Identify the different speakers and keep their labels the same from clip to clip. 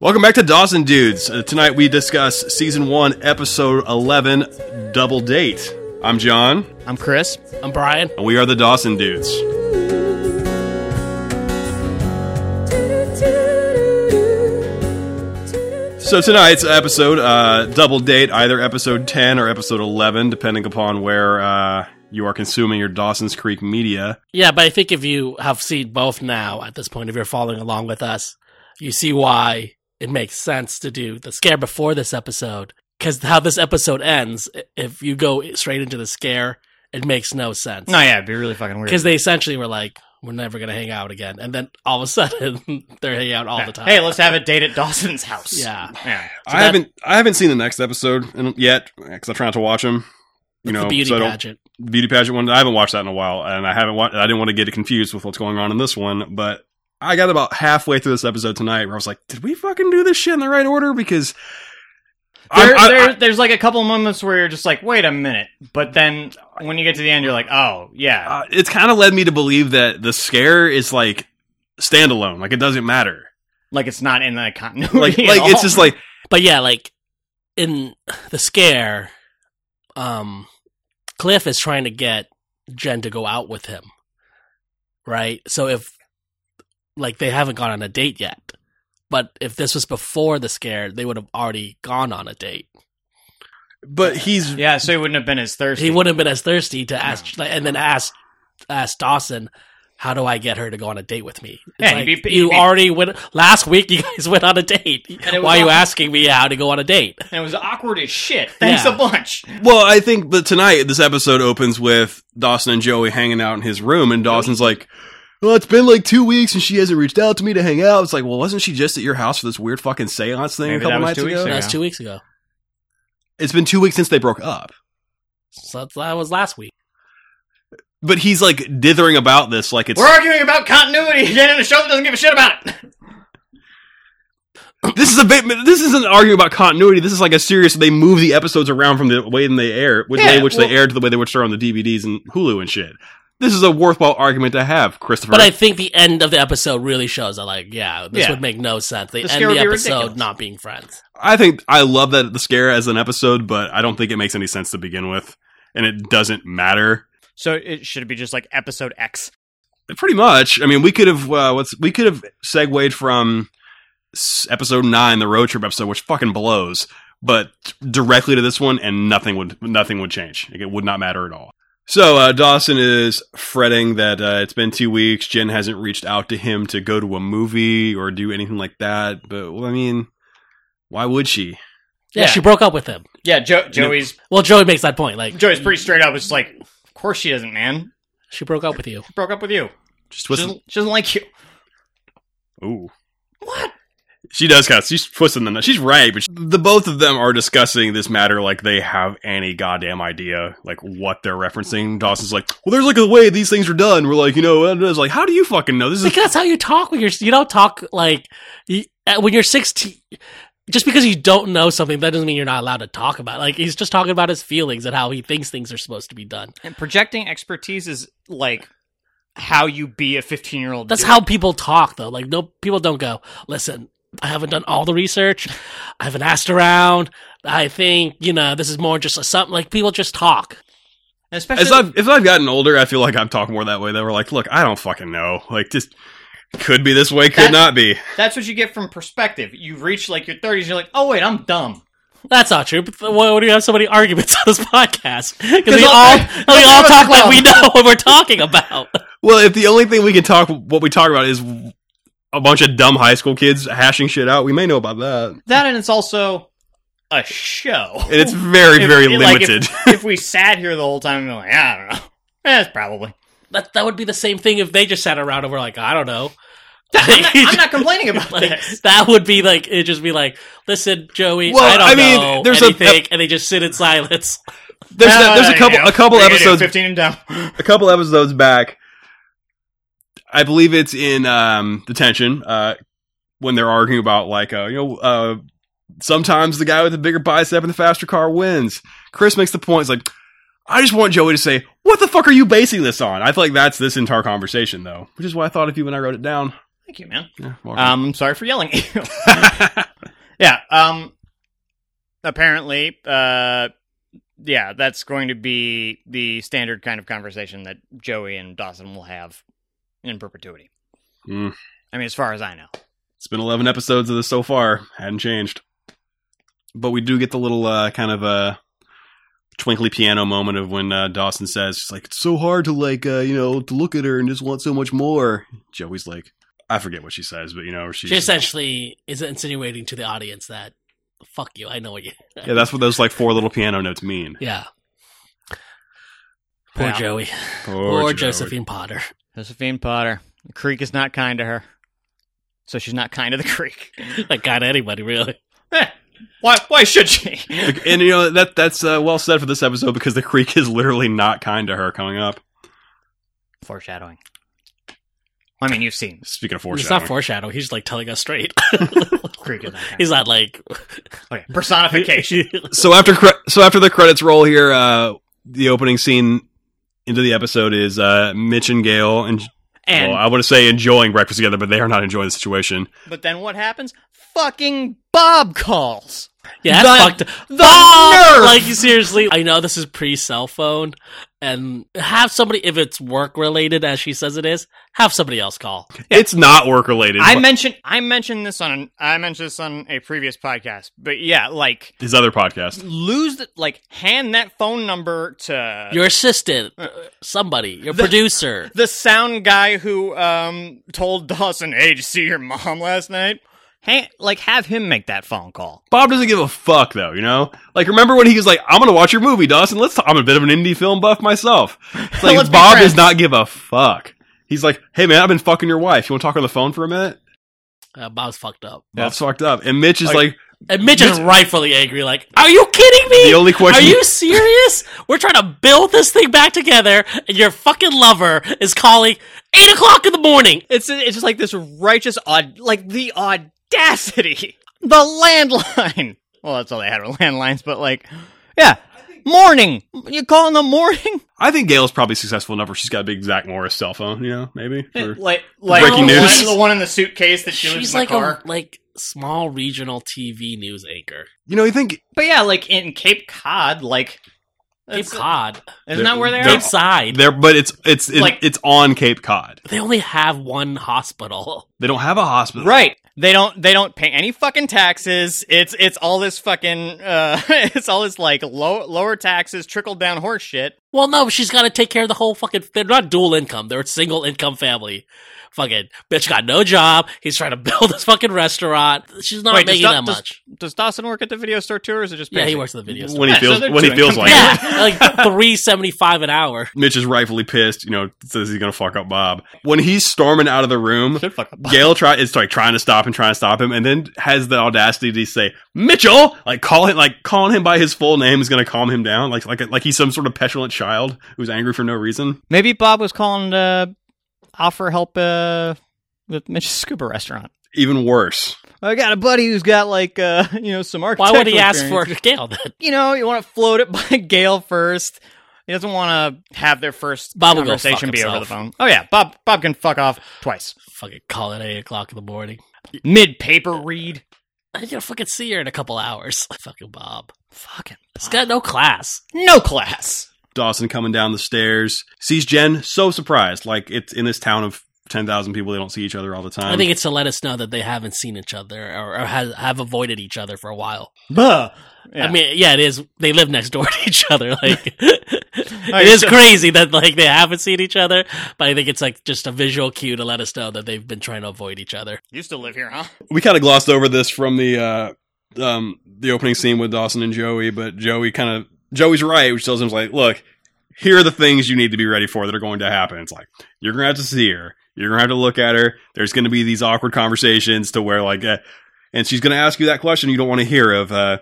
Speaker 1: Welcome back to Dawson Dudes. Uh, tonight we discuss season one, episode 11, Double Date. I'm John,
Speaker 2: I'm Chris. I'm Brian.
Speaker 1: and we are the Dawson Dudes. So tonight's episode, uh, Double Date, either episode 10 or episode 11, depending upon where uh, you are consuming your Dawson's Creek media.
Speaker 2: Yeah, but I think if you have seen both now at this point, if you're following along with us, you see why it makes sense to do the scare before this episode. Because how this episode ends, i- if you go straight into the scare, it makes no sense.
Speaker 3: No, yeah, it'd be really fucking weird.
Speaker 2: Because they essentially were like, we're never going to hang out again. And then all of a sudden, they're hanging out all
Speaker 3: Yeah.
Speaker 2: the time.
Speaker 3: Hey, let's have a date at Dawson's house.
Speaker 2: Yeah.
Speaker 3: yeah.
Speaker 1: I
Speaker 2: that-
Speaker 1: haven't I haven't seen the next episode in- yet because I try not to watch them. You know,
Speaker 2: the beauty
Speaker 1: so I don't-
Speaker 2: pageant.
Speaker 1: beauty pageant one. I haven't watched that in a while, and I haven't. Wa- I didn't want to get it confused with what's going on in this one, but I got about halfway through this episode tonight where I was like, "Did we fucking do this shit in the right order?" Because I-
Speaker 3: There,
Speaker 1: I-
Speaker 3: there, there's like a couple moments where you're just like, wait a minute, but then when you get to the end, you're like, oh yeah,
Speaker 1: uh, it's kind of led me to believe that the scare is like standalone, like it doesn't matter.
Speaker 3: like it's not in the continuity.
Speaker 1: Like,
Speaker 3: at
Speaker 1: like
Speaker 3: all.
Speaker 1: it's just like
Speaker 2: But yeah, like in the scare, um, Cliff is trying to get Jen to go out with him, right? So if like they haven't gone on a date yet, but if this was before the scare, they would have already gone on a date.
Speaker 1: but he's
Speaker 3: yeah, so he wouldn't have been as thirsty.
Speaker 2: He wouldn't have been as thirsty to ask, like, and then ask ask Dawson. How do I get her to go on a date with me? It's
Speaker 3: Yeah,
Speaker 2: like,
Speaker 3: you'd be-
Speaker 2: you
Speaker 3: you'd be-
Speaker 2: already went last week. You guys went on a date. Why
Speaker 3: it was
Speaker 2: are you
Speaker 3: awesome.
Speaker 2: asking me how to go on a date?
Speaker 3: And it was awkward as shit. Thanks
Speaker 2: Yeah.
Speaker 3: a bunch.
Speaker 1: well, I think. But tonight, this episode opens with Dawson and Joey hanging out in his room, and Dawson's like. Well, it's been like two weeks and she hasn't reached out to me to hang out. It's like, well, wasn't she just at your house for this weird fucking seance thing
Speaker 3: Maybe
Speaker 1: a couple
Speaker 3: that was
Speaker 1: nights
Speaker 3: two weeks
Speaker 1: ago?
Speaker 3: ago.
Speaker 2: No, That's
Speaker 3: Yeah.
Speaker 2: two weeks ago.
Speaker 1: it's been two weeks since they broke up.
Speaker 2: So that was last week.
Speaker 1: But he's like dithering about this, like it's
Speaker 3: We're arguing about continuity again in a show that doesn't give a shit about it.
Speaker 1: this is a bit, this isn't arguing about continuity. This is like a series. They move the episodes around from the way in they air, which way
Speaker 3: Yeah,
Speaker 1: in which they
Speaker 3: well-
Speaker 1: air to the way they which they're on the DVDs and Hulu and shit. This is a worthwhile argument to have, Christopher.
Speaker 2: But I think the end of the episode really shows that, like, yeah, this
Speaker 3: Yeah.
Speaker 2: would make no sense. They
Speaker 3: The
Speaker 2: end
Speaker 3: scare
Speaker 2: the
Speaker 3: would be
Speaker 2: episode
Speaker 3: ridiculous.
Speaker 2: not being friends.
Speaker 1: I think I love that the scare as an episode, but I don't think it makes any sense to begin with, and it doesn't matter.
Speaker 3: So it should be just like episode X.
Speaker 1: Pretty much. I mean, we could have uh, what's we could have segued from s- episode nine, the road trip episode, which fucking blows, but directly to this one, and nothing would nothing would change. Like, it would not matter at all. So uh, Dawson is fretting that uh, it's been two weeks. Jen hasn't reached out to him to go to a movie or do anything like that. But well, I mean, why would she?
Speaker 2: Yeah,
Speaker 3: Yeah.
Speaker 2: she broke up with him.
Speaker 3: Yeah, jo- Joey's
Speaker 2: Well, Joey makes that point. Like,
Speaker 3: Joey's pretty straight up. It's like, of course she doesn't, man.
Speaker 2: she broke up with you.
Speaker 3: Broke up with you.
Speaker 1: Just
Speaker 3: She
Speaker 1: twisting.
Speaker 3: doesn't, she doesn't like you.
Speaker 1: Ooh. What? She does kind of. She's twisting the nut. She's right, but she- the both of them are discussing this matter like they have any goddamn idea like what they're referencing. Dawson's like, well, there's like a way these things are done. We're like, you know, and it's like, how do you fucking know? This is
Speaker 2: Because that's how you talk when you're, you don't talk like, you, uh, when you're 16, just because you don't know something, that doesn't mean you're not allowed to talk about it. Like, he's just talking about his feelings and how he thinks things are supposed to be done.
Speaker 3: And projecting expertise is like how you be a 15 year old.
Speaker 2: That's how people talk, though. Like, no, people don't go, listen, I haven't done all the research. I haven't asked around. I think, you know, this is more just a something. Like, people just talk.
Speaker 3: especially
Speaker 1: as I've as I've gotten older, I feel like I'm talking more that way. That we're like, look, I don't fucking know. Like, just could be this way, could
Speaker 3: That's-
Speaker 1: not be.
Speaker 3: that's what you get from perspective. You reach like your 30s, you're like, oh wait, I'm dumb.
Speaker 2: That's not true. But why why do you have so many arguments on this podcast? Because we
Speaker 3: all-
Speaker 2: all we
Speaker 3: none
Speaker 2: all
Speaker 3: of us
Speaker 2: talk like
Speaker 3: know.
Speaker 2: we know what we're talking about.
Speaker 1: Well, if the only thing we can talk what we talk about is a bunch of dumb high school kids hashing shit out, we may know about that.
Speaker 3: That and it's also a show.
Speaker 1: And it's very,
Speaker 3: If-
Speaker 1: very
Speaker 3: it- like, if-
Speaker 1: limited.
Speaker 3: if, we sat here the whole time, we're like, I don't know. That's probably.
Speaker 2: That that would be the same thing if they just sat around and were like, I don't know.
Speaker 3: I'm not, I'm not complaining about
Speaker 2: Like,
Speaker 3: this.
Speaker 2: that would be like it just be like, listen, Joey,
Speaker 1: Well,
Speaker 2: I don't
Speaker 1: I mean,
Speaker 2: know
Speaker 1: there's a-
Speaker 2: anything, and they just sit in silence.
Speaker 1: there's
Speaker 3: No,
Speaker 1: that, there's
Speaker 3: no,
Speaker 1: a couple
Speaker 3: no, no.
Speaker 1: a couple
Speaker 3: We're gonna do
Speaker 1: episodes
Speaker 3: 15 and down.
Speaker 1: a couple episodes back. I believe it's in um, detention uh, when they're arguing about like uh, you know uh, sometimes the guy with the bigger bicep and the faster car wins. Chris makes the point. It's like I just want Joey to say, "What the fuck are you basing this on?" I feel like that's this entire conversation though, which is why I thought of you when I wrote it down.
Speaker 3: Thank you, man.
Speaker 1: Yeah, welcome.
Speaker 3: Um, I'm sorry for yelling at you. Yeah. Um. Apparently, uh, yeah, that's going to be the standard kind of conversation that Joey and Dawson will have in perpetuity.
Speaker 1: Mm.
Speaker 3: I mean, as far as I know.
Speaker 1: It's been 11 episodes of this so far. Hadn't changed. But we do get the little uh, kind of uh, twinkly piano moment of when uh, Dawson says, "It's like, it's so hard to, like, uh, you know, to look at her and just want so much more. Joey's like, I forget what she says, but, you know, she,
Speaker 2: She essentially is insinuating to the audience that fuck you, I know what you.
Speaker 1: Yeah, that's what those, like, four little piano notes mean.
Speaker 2: Yeah. Poor
Speaker 3: Yeah.
Speaker 2: Joey.
Speaker 1: Poor
Speaker 2: Or,
Speaker 1: Joey.
Speaker 2: Josephine Potter.
Speaker 3: Josephine Potter. The creek is not kind to her. So she's not kind to the creek.
Speaker 2: like God, anybody really.
Speaker 3: Eh, why why should she?
Speaker 1: And, you know, that that's uh, well said for this episode because the creek is literally not kind to her coming up.
Speaker 3: Foreshadowing. I mean, you've seen
Speaker 1: Speaking of
Speaker 2: It's
Speaker 1: foreshadowing.
Speaker 2: not foreshadow. He's just like telling us straight.
Speaker 3: creek is not kind.
Speaker 2: He's not like
Speaker 3: Okay, personification.
Speaker 1: so after cre- so after the credits roll here, uh, the opening scene into the episode is uh, Mitch and Gail and
Speaker 3: And
Speaker 1: well, I want to say enjoying breakfast together, but they are not enjoying the situation.
Speaker 3: but then what happens? Fucking Bob calls.
Speaker 2: Yeah, that's fucked.
Speaker 3: The
Speaker 2: Bob!
Speaker 3: nerve!
Speaker 2: Like seriously, I know this is pre cell phone, and have somebody if it's work related, as she says it is, have somebody else call.
Speaker 1: It's not work related.
Speaker 3: I mentioned I mentioned this on an, I mentioned this on a previous podcast, but yeah, like
Speaker 1: his other podcast.
Speaker 3: lose the, like hand that phone number to
Speaker 2: Your assistant, somebody, your producer.
Speaker 3: the sound guy who um told Dawson, "Hey, did you see your mom last night?" Hey, like have him make that phone call.
Speaker 1: Bob doesn't give a fuck though, you know. Like remember when he was like, "I'm gonna watch your movie, Dawson." Let's. Talk. I'm a bit of an indie film buff myself. It's like
Speaker 3: Let's be
Speaker 1: Bob
Speaker 3: friends.
Speaker 1: does not give a fuck. He's like, "Hey man, I've been fucking your wife. You want to talk on the phone for a minute?"
Speaker 2: Uh, Bob's fucked up.
Speaker 1: That's fucked up. And Mitch is
Speaker 3: Like-
Speaker 1: like,
Speaker 2: And Mitch is
Speaker 1: Mitch-
Speaker 2: rightfully angry. Like, are you kidding me?
Speaker 1: the only question.
Speaker 2: Are you serious? We're trying to build this thing back together, and your fucking lover is calling eight o'clock in the morning.
Speaker 3: It's it's just like this righteous aud- like the audacity, the landline. Well, that's all they had were landlines, but like, yeah, morning. You call in the morning?
Speaker 1: I think Gail's probably successful enough where she's got a big Zach Morris cell phone, you know, maybe. Or-
Speaker 3: Like, like
Speaker 1: Breaking
Speaker 3: the
Speaker 1: news.
Speaker 3: One, the one in the suitcase that she leaves
Speaker 2: She's
Speaker 3: in the
Speaker 2: like
Speaker 3: car.
Speaker 2: a like small regional TV news anchor.
Speaker 1: you know, you think
Speaker 3: but yeah, like in Cape Cod, like
Speaker 2: Cape
Speaker 3: it's-
Speaker 2: Cod,
Speaker 3: isn't that where they
Speaker 1: They're-
Speaker 3: are?
Speaker 2: inside.
Speaker 1: there, but it's it's it,
Speaker 3: Like-
Speaker 1: it's on Cape Cod.
Speaker 2: They only have one hospital.
Speaker 1: They don't have a hospital.
Speaker 3: Right. They don't. They don't pay any fucking taxes. It's it's all this fucking. Uh, it's all this like low, lower taxes, trickle down horse shit.
Speaker 2: Well, no, she's got to take care of the whole fucking. They're not dual income. They're a single income family. Fucking bitch got no job. He's trying to build this fucking restaurant. She's not
Speaker 3: Wait, does
Speaker 2: making
Speaker 3: Doc-
Speaker 2: that
Speaker 3: does-
Speaker 2: much.
Speaker 3: Does Dawson work at the video store too, or is it just?
Speaker 2: Yeah, he
Speaker 3: Pacey?
Speaker 2: works at the video store.
Speaker 1: When he
Speaker 3: Yeah, so
Speaker 1: feels
Speaker 3: they're
Speaker 1: when he
Speaker 3: doing
Speaker 1: feels like
Speaker 3: compare-
Speaker 1: it.
Speaker 2: Yeah, like three seventy five an hour.
Speaker 1: Mitch is rightfully pissed. You know, says he's gonna fuck up Bob when he's storming out of the room.
Speaker 3: Should fuck up.
Speaker 1: Gail try is like trying to stop and trying to stop him, and then has the audacity to say Mitchell, like call him, like calling him by his full name is gonna calm him down, like like like he's some sort of petulant child who's angry for no reason.
Speaker 3: Maybe Bob was calling to offer help uh, with Mitch's scuba restaurant.
Speaker 1: Even worse,
Speaker 3: I got a buddy who's got like uh, you know some
Speaker 2: Why
Speaker 3: architectural.
Speaker 2: would he ask
Speaker 3: experience.
Speaker 2: for Gail then?
Speaker 3: you know, you want to float it by Gail first. He doesn't want to have their first
Speaker 2: Bob will go
Speaker 3: conversation
Speaker 2: fuck
Speaker 3: be over the
Speaker 2: himself.
Speaker 3: phone. Oh yeah, Bob. Bob can fuck off twice.
Speaker 2: Fucking call at eight o'clock in the morning.
Speaker 3: Mid paper read.
Speaker 2: I need to fucking see her in a couple hours. Fucking Bob.
Speaker 3: Fucking
Speaker 2: He's got no class.
Speaker 3: no class.
Speaker 1: Dawson coming down the stairs sees Jen, so surprised, like it's in this town of ten thousand people, they don't see each other all the time.
Speaker 2: I think it's to let us know that they haven't seen each other or, or has, have avoided each other for a while.
Speaker 3: Buh. Yeah.
Speaker 2: I mean, yeah, it is. They live next door to each other. Like, it
Speaker 3: right,
Speaker 2: is
Speaker 3: so-
Speaker 2: crazy that like they haven't seen each other, but I think it's like just a visual cue to let us know that they've been trying to avoid each other.
Speaker 3: you still live here, huh?
Speaker 1: we kind of glossed over this from the uh, um, the opening scene with Dawson and Joey, but Joey kind of Joey's right, which tells him like, look, here are the things you need to be ready for that are going to happen. It's like you're gonna have to see her, you're gonna have to look at her. There's gonna be these awkward conversations to where like, uh, and she's gonna ask you that question you don't want to hear of. Uh,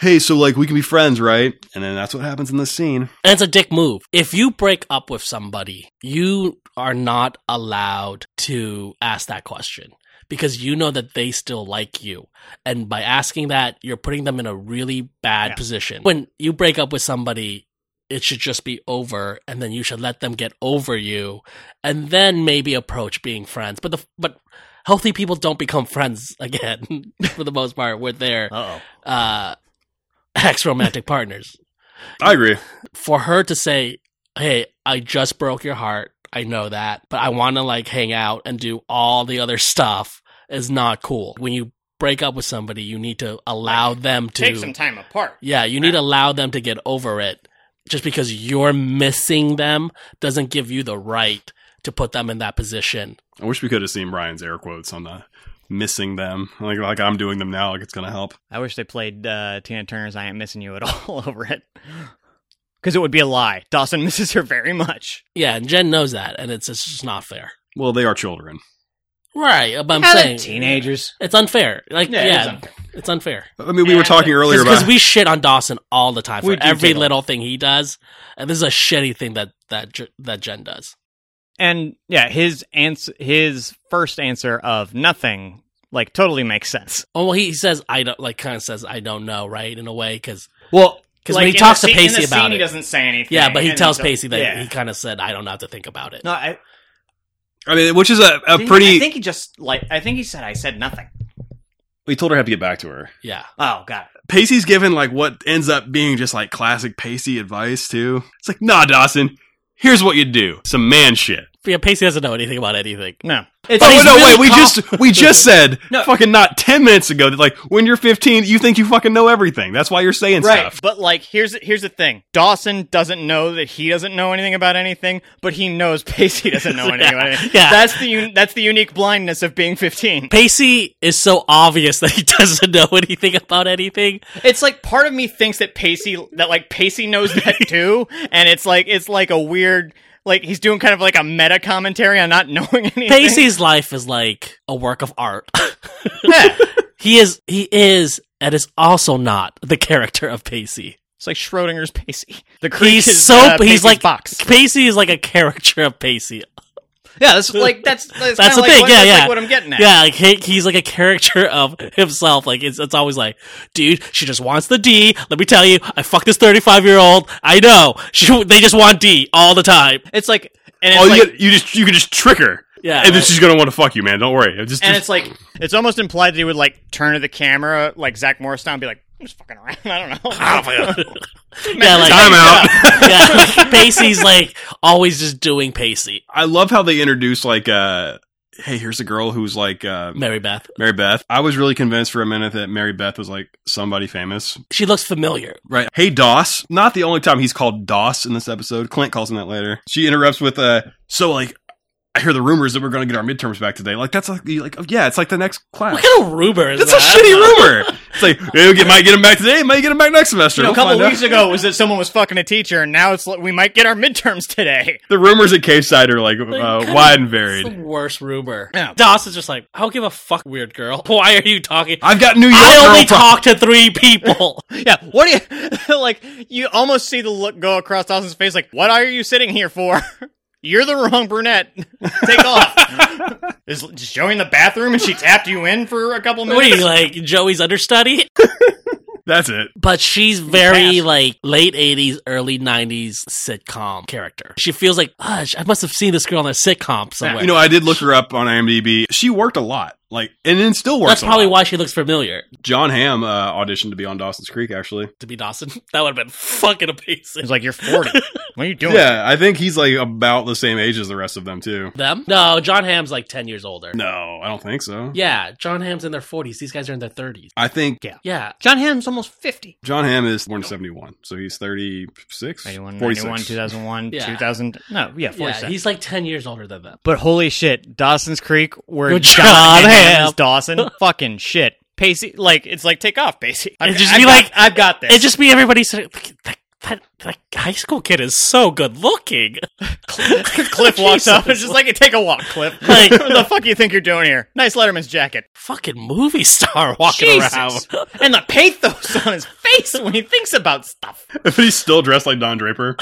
Speaker 1: Hey, so like we can be friends, right? And then that's what happens in this scene.
Speaker 2: And it's a dick move. If you break up with somebody, you are not allowed to ask that question because you know that they still like you. And by asking that, you're putting them in a really bad
Speaker 3: Yeah.
Speaker 2: position. When you break up with somebody, it should just be over and then you should let them get over you and then maybe approach being friends. But the but healthy people don't become friends again for the most part with their
Speaker 3: Uh oh.
Speaker 2: uh, ex romantic partners.
Speaker 1: I agree.
Speaker 2: For her to say, "Hey, I just broke your heart. I know that, but I want to like hang out and do all the other stuff," is not cool. When you break up with somebody, you need to allow them to
Speaker 3: Take some time apart.
Speaker 2: yeah, you need to allow them to get over it. Just because you're missing them doesn't give you the right to put them in that position.
Speaker 1: I wish we could have seen Brian's air quotes on the missing them. Like like I'm doing them now. Like it's gonna help.
Speaker 3: I wish they played uh, Tina Turner's "I Ain't Missing You" at all over it, because it would be a lie. Dawson misses her very much.
Speaker 2: Yeah, and Jen knows that, and it's it's just not fair.
Speaker 1: Well, they are children.
Speaker 2: Right, but I'm
Speaker 3: Yeah, they're
Speaker 2: saying
Speaker 3: teenagers.
Speaker 2: it's unfair. Like
Speaker 3: Yeah,
Speaker 2: yeah,
Speaker 3: it is
Speaker 2: it's unfair
Speaker 1: I mean, we were
Speaker 3: Yeah,
Speaker 1: talking earlier
Speaker 2: because
Speaker 1: about
Speaker 2: we shit on Dawson all the time for
Speaker 3: We do
Speaker 2: every
Speaker 3: dig on
Speaker 2: little thing he does, and this is a shitty thing that that J- that Jen does.
Speaker 3: And yeah, his ans- his first answer of nothing, like totally makes sense.
Speaker 2: Oh, well, he says I don't like kind of says I don't know, right? In a way, because
Speaker 3: Well,
Speaker 2: 'Cause when he talks to Pacey about
Speaker 3: he
Speaker 2: it-
Speaker 3: doesn't say anything.
Speaker 2: yeah, but he
Speaker 3: and
Speaker 2: tells
Speaker 3: so-
Speaker 2: Pacey that
Speaker 3: yeah.
Speaker 2: he kind of said I don't have to think about it.
Speaker 3: No, I,
Speaker 1: I mean, which is a, a
Speaker 3: didn't he-
Speaker 1: pretty.
Speaker 3: I think he just like I think he said I said nothing.
Speaker 1: we told her how to get back to her.
Speaker 2: Yeah,
Speaker 3: Oh god,
Speaker 1: Pacey's given like what ends up being just like classic Pacey advice too. It's like, nah, Dawson. Here's what you do. Some man shit.
Speaker 2: yeah, Pacey doesn't know anything about anything.
Speaker 3: no. It's,
Speaker 1: Oh
Speaker 3: he's
Speaker 1: no,
Speaker 3: really
Speaker 1: wait. We
Speaker 3: calm.
Speaker 1: just we just said
Speaker 3: No.
Speaker 1: fucking not ten minutes ago that like when you're 15, you think you fucking know everything. That's why you're saying
Speaker 3: right.
Speaker 1: stuff.
Speaker 3: But like, here's here's the thing: Dawson doesn't know that he doesn't know anything about anything, but he knows Pacey doesn't know anything about anything.
Speaker 2: yeah.
Speaker 3: That's the un- that's the unique blindness of being 15.
Speaker 2: Pacey is so obvious that he doesn't know anything about anything.
Speaker 3: It's like part of me thinks that Pacey that like Pacey knows that too, and it's like it's like a weird like he's doing kind of like a meta commentary on not knowing anything.
Speaker 2: Pacey's life is like a work of art.
Speaker 3: Yeah.
Speaker 2: he is he is and is also not the character of Pacey.
Speaker 3: It's like Schrodinger's Pacey. The
Speaker 2: He's
Speaker 3: creek is,
Speaker 2: so
Speaker 3: uh,
Speaker 2: he's
Speaker 3: Pacey's
Speaker 2: like
Speaker 3: box.
Speaker 2: Pacey is like a caricature of Pacey.
Speaker 3: Yeah, that's like that's that's,
Speaker 2: That's
Speaker 3: kinda
Speaker 2: the
Speaker 3: like
Speaker 2: thing,
Speaker 3: What,
Speaker 2: yeah,
Speaker 3: that's
Speaker 2: yeah.
Speaker 3: Like what I'm getting at.
Speaker 2: Yeah, like he, he's like a character of himself. Like it's, it's always like, dude, she just wants the D. Let me tell you, I fuck this thirty five year old. I know she, they just want D all the time.
Speaker 3: It's like and it's
Speaker 1: Oh,
Speaker 3: like
Speaker 1: you, get- you just you can just trick her.
Speaker 2: Yeah,
Speaker 1: and then
Speaker 2: right.
Speaker 1: she's gonna want to fuck you, man. Don't worry. Just,
Speaker 3: and
Speaker 1: just-
Speaker 3: it's like it's almost implied that he would like turn to the camera like Zach Morris and be like, I'm just fucking around. I don't know.
Speaker 2: yeah, like
Speaker 1: time out.
Speaker 2: yeah, like, Pacey's like always just doing Pacey.
Speaker 1: I love how they introduce like uh hey, here's a girl who's like uh
Speaker 2: Mary Beth.
Speaker 1: Mary Beth. I was really convinced for a minute that Mary Beth was like somebody famous.
Speaker 2: She looks familiar.
Speaker 1: Right. Hey Doss. Not the only time he's called Doss in this episode. Clint calls him that later. She interrupts with uh so like I hear the rumors that we're gonna get our midterms back today. Like that's like the like oh, yeah, it's like the next class.
Speaker 2: What kind of rumor is
Speaker 1: That's a
Speaker 2: that?
Speaker 1: shitty rumor. It's like hey, we get- might get him back today, might get him back next semester.
Speaker 3: a
Speaker 1: We'll
Speaker 3: couple
Speaker 1: find out.
Speaker 3: weeks ago it was that someone was fucking a teacher, and now it's like we might get our midterms today.
Speaker 1: The rumors at Cave Side are like,
Speaker 2: kind
Speaker 1: uh,
Speaker 2: of-
Speaker 1: wide and
Speaker 2: It's
Speaker 1: varied.
Speaker 2: the worst rumor.
Speaker 3: Yeah.
Speaker 2: Doss is just like, I don't give a fuck, weird girl. Why are you talking?
Speaker 1: I've got New York
Speaker 2: I
Speaker 1: girl
Speaker 2: only
Speaker 1: pro-
Speaker 2: talk to three people.
Speaker 3: Yeah, what do you like? You almost see the look go across Dawson's face, like, "What are you sitting here for? You're the wrong brunette. Take off." Is Joey in the bathroom and she tapped you in for a couple
Speaker 2: what are
Speaker 3: minutes?
Speaker 2: you like, Joey's understudy?
Speaker 1: That's it.
Speaker 2: But she's very
Speaker 3: Pass.
Speaker 2: like late '80s, early '90s sitcom character. She feels like, hush, I must have seen this girl in a sitcom somewhere.
Speaker 1: You know, I did look her up on IMDb. She worked a lot, like, and then still works.
Speaker 2: that's probably
Speaker 1: a lot.
Speaker 2: why she looks familiar
Speaker 1: John Hamm uh, auditioned to be on Dawson's Creek. Actually,
Speaker 2: to be Dawson. That would have been fucking amazing.
Speaker 3: He's like, "You're 40. What are you doing?"
Speaker 1: yeah, I think he's like about the same age as the rest of them too.
Speaker 2: Them? No, John Hamm's like ten years older.
Speaker 1: No, I don't think so.
Speaker 2: Yeah, John Hamm's in their 40s. These guys are in their 30s.
Speaker 1: I think
Speaker 2: Yeah,
Speaker 3: John Hamm's almost 50.
Speaker 1: John Hamm is born in seventy one, so he's 36,
Speaker 3: 91,
Speaker 1: 46.
Speaker 3: 91, 2001,
Speaker 2: Yeah.
Speaker 3: 2000. No, yeah, 46.
Speaker 2: yeah, he's like 10 years older than them.
Speaker 3: but holy shit, Dawson's Creek, where
Speaker 2: Good
Speaker 3: John,
Speaker 2: job,
Speaker 3: Hamm
Speaker 2: Ham.
Speaker 3: is Dawson. Fucking shit. Pacey, like, it's like, take off, Pacey. I've,
Speaker 2: It'd just
Speaker 3: I've
Speaker 2: be
Speaker 3: got-
Speaker 2: like-
Speaker 3: I've got this.
Speaker 2: It just be everybody saying, "Look at that, that, that high school kid is so good looking.
Speaker 3: Cliff walks up. It's
Speaker 2: Jesus.
Speaker 3: just like, take a walk, Cliff.
Speaker 2: Like-
Speaker 3: what the fuck you think you're doing here? Nice Letterman's jacket.
Speaker 2: Fucking movie star walking
Speaker 3: Jesus.
Speaker 2: around.
Speaker 3: and the pathos on his face when he thinks about stuff.
Speaker 1: But he's still dressed like Don Draper,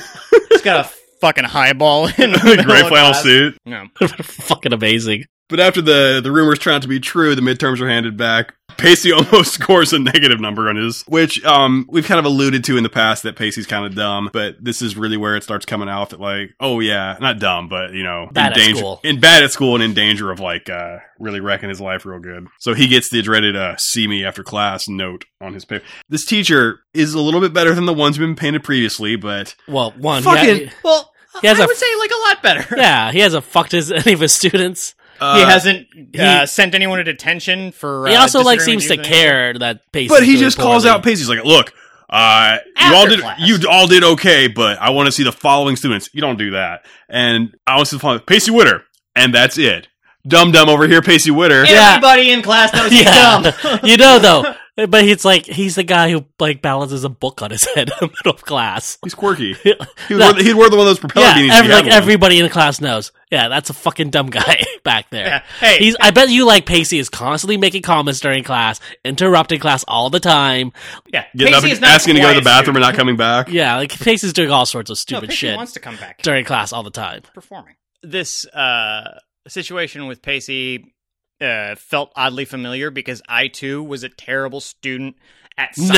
Speaker 3: He's got a fucking highball in the
Speaker 1: gray
Speaker 3: middle
Speaker 1: flannel
Speaker 3: of class.
Speaker 1: suit.
Speaker 3: No.
Speaker 2: Fucking amazing.
Speaker 1: But after the the rumors turned out to be true, the midterms are handed back. Pacey almost scores a negative number on his, which um we've kind of alluded to in the past that Pacey's kind of dumb, but this is really where it starts coming out that like, oh yeah, not dumb, but you know,
Speaker 2: Bad at
Speaker 1: in danger,
Speaker 2: school.
Speaker 1: in bad at school and in danger of like uh really wrecking his life real good. So he gets the dreaded uh see me after class note on his paper. This teacher is a little bit better than the ones been painted previously, but
Speaker 2: Well, one,
Speaker 1: Fucking-
Speaker 2: yeah,
Speaker 3: Well,
Speaker 2: He has
Speaker 3: I
Speaker 2: a-
Speaker 3: would say like a lot better.
Speaker 2: yeah, he hasn't fucked his any of his students.
Speaker 1: uh,
Speaker 3: he hasn't uh,
Speaker 2: he-
Speaker 3: sent anyone to detention for.
Speaker 2: he
Speaker 3: uh,
Speaker 2: also like
Speaker 3: disagreement
Speaker 2: seems to
Speaker 3: with
Speaker 2: care that Pacey.
Speaker 1: But he just calls out Pacey. He's like, "Look, uh, you all
Speaker 3: After
Speaker 1: did
Speaker 3: class.
Speaker 1: you all did okay, but I want to see the following students. You don't do that." And I want to see the following Pacey Witter, and that's it. Dum dum over here, Pacey Witter.
Speaker 3: anything.
Speaker 2: Yeah.
Speaker 3: Everybody in class knows he's
Speaker 2: Yeah,
Speaker 3: dumb.
Speaker 2: you know though. But he's like he's the guy who like balances a book on his head in the middle of class.
Speaker 1: He's quirky. He'd
Speaker 2: yeah,
Speaker 1: wear, the- he'd wear the one of those propeller beanies. if
Speaker 2: every,
Speaker 1: he had
Speaker 2: like
Speaker 1: one.
Speaker 2: everybody in the class knows. Yeah, that's a fucking dumb guy back there.
Speaker 3: Yeah. Hey,
Speaker 2: He's. I bet you like Pacey is constantly making comments during class, interrupting class all the time.
Speaker 3: yeah.
Speaker 1: Getting up
Speaker 3: Pacey
Speaker 1: and
Speaker 3: is not
Speaker 1: asking to go to the
Speaker 3: quiet,
Speaker 1: bathroom
Speaker 3: dude.
Speaker 1: and not coming back.
Speaker 2: Yeah, like Pacey's doing all sorts
Speaker 3: No,
Speaker 2: of stupid
Speaker 3: Pacey
Speaker 2: shit
Speaker 3: wants to come back.
Speaker 2: during class all the time.
Speaker 3: performing. This uh, situation with Pacey uh, felt oddly familiar because I too was a terrible student at science.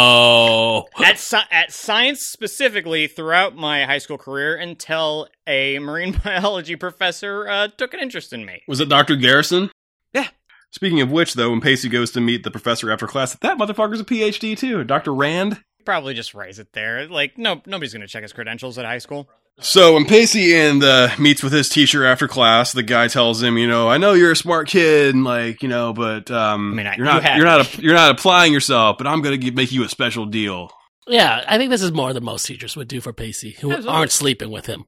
Speaker 2: No.
Speaker 3: At, sci- at science specifically throughout my high school career until a marine biology professor uh, took an interest in me.
Speaker 1: Was it Doctor Garrison?
Speaker 3: Yeah.
Speaker 1: Speaking of which, though, when Pacey goes to meet the professor after class, that motherfucker's a PhD too, Doctor Rand.
Speaker 3: Probably just raise it there. Like, no, nobody's going to check his credentials at high school.
Speaker 1: So when Pacey and uh, meets with his teacher after class, the guy tells him, you know, I know you're a smart kid, and like you know, but um,
Speaker 3: I mean, I-
Speaker 1: you're
Speaker 3: you
Speaker 1: not
Speaker 3: had-
Speaker 1: you're not a, you're not applying yourself. But I'm gonna give, make you a special deal.
Speaker 2: Yeah, I think this is more than most teachers would do for Pacey, who
Speaker 3: Absolutely.
Speaker 2: aren't sleeping with him.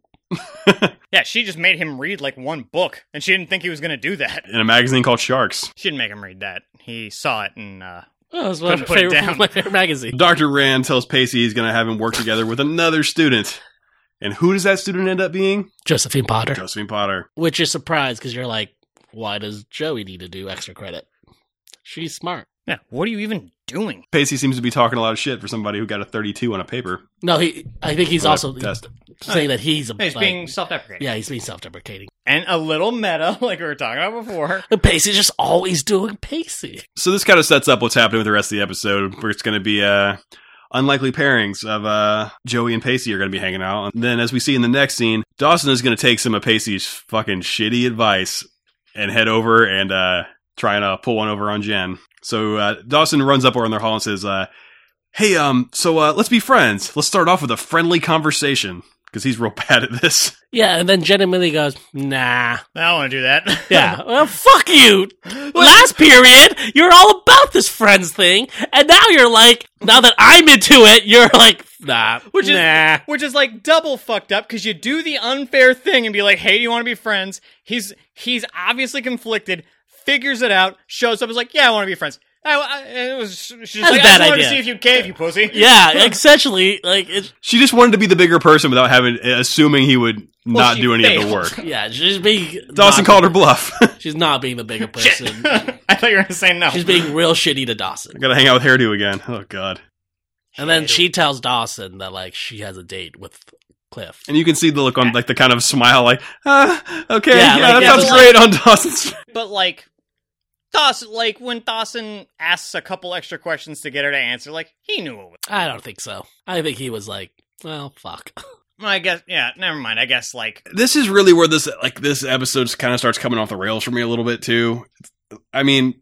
Speaker 3: Yeah, she just made him read like one book, and she didn't think he was going to do that.
Speaker 1: In a magazine called Sharks,
Speaker 3: She didn't make him read that. He saw it and uh,
Speaker 2: Oh, that's one of
Speaker 3: Couldn't
Speaker 2: my
Speaker 3: put it
Speaker 2: favorite,
Speaker 3: down.
Speaker 2: my favorite magazine.
Speaker 1: Doctor Rand tells Pacey he's gonna have him work together with another student. And who does that student end up being?
Speaker 2: Josephine Potter,
Speaker 1: Josephine Potter.
Speaker 2: which is surprised because you're like, why does Joey need to do extra credit? She's smart.
Speaker 3: yeah, what are you even doing?
Speaker 1: Pacey seems to be talking a lot of shit for somebody who got a 32 on a paper.
Speaker 2: No, he. I think he's
Speaker 1: for that
Speaker 2: also
Speaker 1: test.
Speaker 2: saying that he's a.
Speaker 3: He's
Speaker 2: like-
Speaker 3: being self-deprecating.
Speaker 2: yeah, he's being self-deprecating.
Speaker 3: and a little meta, like we were talking about before.
Speaker 2: But Pacey's just always doing Pacey.
Speaker 1: So this kind of sets up what's happening with the rest of the episode, where it's going to be uh, unlikely pairings of uh, Joey and Pacey are going to be hanging out. And then, as we see in the next scene, Dawson is going to take some of Pacey's fucking shitty advice and head over and uh, try and uh, pull one over on Jen. So uh, Dawson runs up over in their hall and says, uh, "Hey, um, so uh, let's be friends. Let's start off with a friendly conversation." Because he's real bad at this.
Speaker 2: Yeah, and then Jen and Millie goes, nah.
Speaker 3: I don't want to do that.
Speaker 2: Yeah, well, fuck you. Last period, you're all about this friends thing, and now you're like, now that I'm into it, you're like, nah.
Speaker 3: Which is-
Speaker 2: nah.
Speaker 3: Which is like double fucked up because you do the unfair thing and be like, "Hey, do you want to be friends?" He's he's obviously conflicted, figures it out, shows up, is like, "Yeah, I want to be friends." I, I- it was she's
Speaker 2: That's
Speaker 3: like, "I
Speaker 2: a bad
Speaker 3: just wanted
Speaker 2: idea.
Speaker 3: to see if you gave, you pussy."
Speaker 2: Yeah, essentially, like, it's,
Speaker 1: She just wanted to be the bigger person without having, assuming he would
Speaker 3: Well,
Speaker 1: not
Speaker 3: she
Speaker 1: do any of the
Speaker 3: failed.
Speaker 1: work.
Speaker 2: yeah, she's being.
Speaker 1: Dawson
Speaker 2: not-
Speaker 1: called her bluff.
Speaker 2: She's not being the bigger
Speaker 3: Shit.
Speaker 2: person.
Speaker 3: I thought you were gonna say no.
Speaker 2: she's being real shitty to
Speaker 1: I
Speaker 2: Dawson.
Speaker 1: gotta hang out with hairdo again. Oh god.
Speaker 2: And then she tells Dawson that, like, she has a date with Cliff.
Speaker 1: And you can see the look on like the kind of smile, like, ah, okay,
Speaker 2: Yeah,
Speaker 1: yeah,
Speaker 2: like,
Speaker 1: that
Speaker 2: yeah,
Speaker 1: sounds
Speaker 3: but,
Speaker 1: great on Dawson's.
Speaker 3: but like Dawson, like when Dawson asks a couple extra questions to get her to answer, like he knew it was.
Speaker 2: I don't think so. I think he was like, well, fuck.
Speaker 3: I guess yeah. Never mind. I guess like
Speaker 1: This is really where this like this episode kind of starts coming off the rails for me a little bit too. I mean,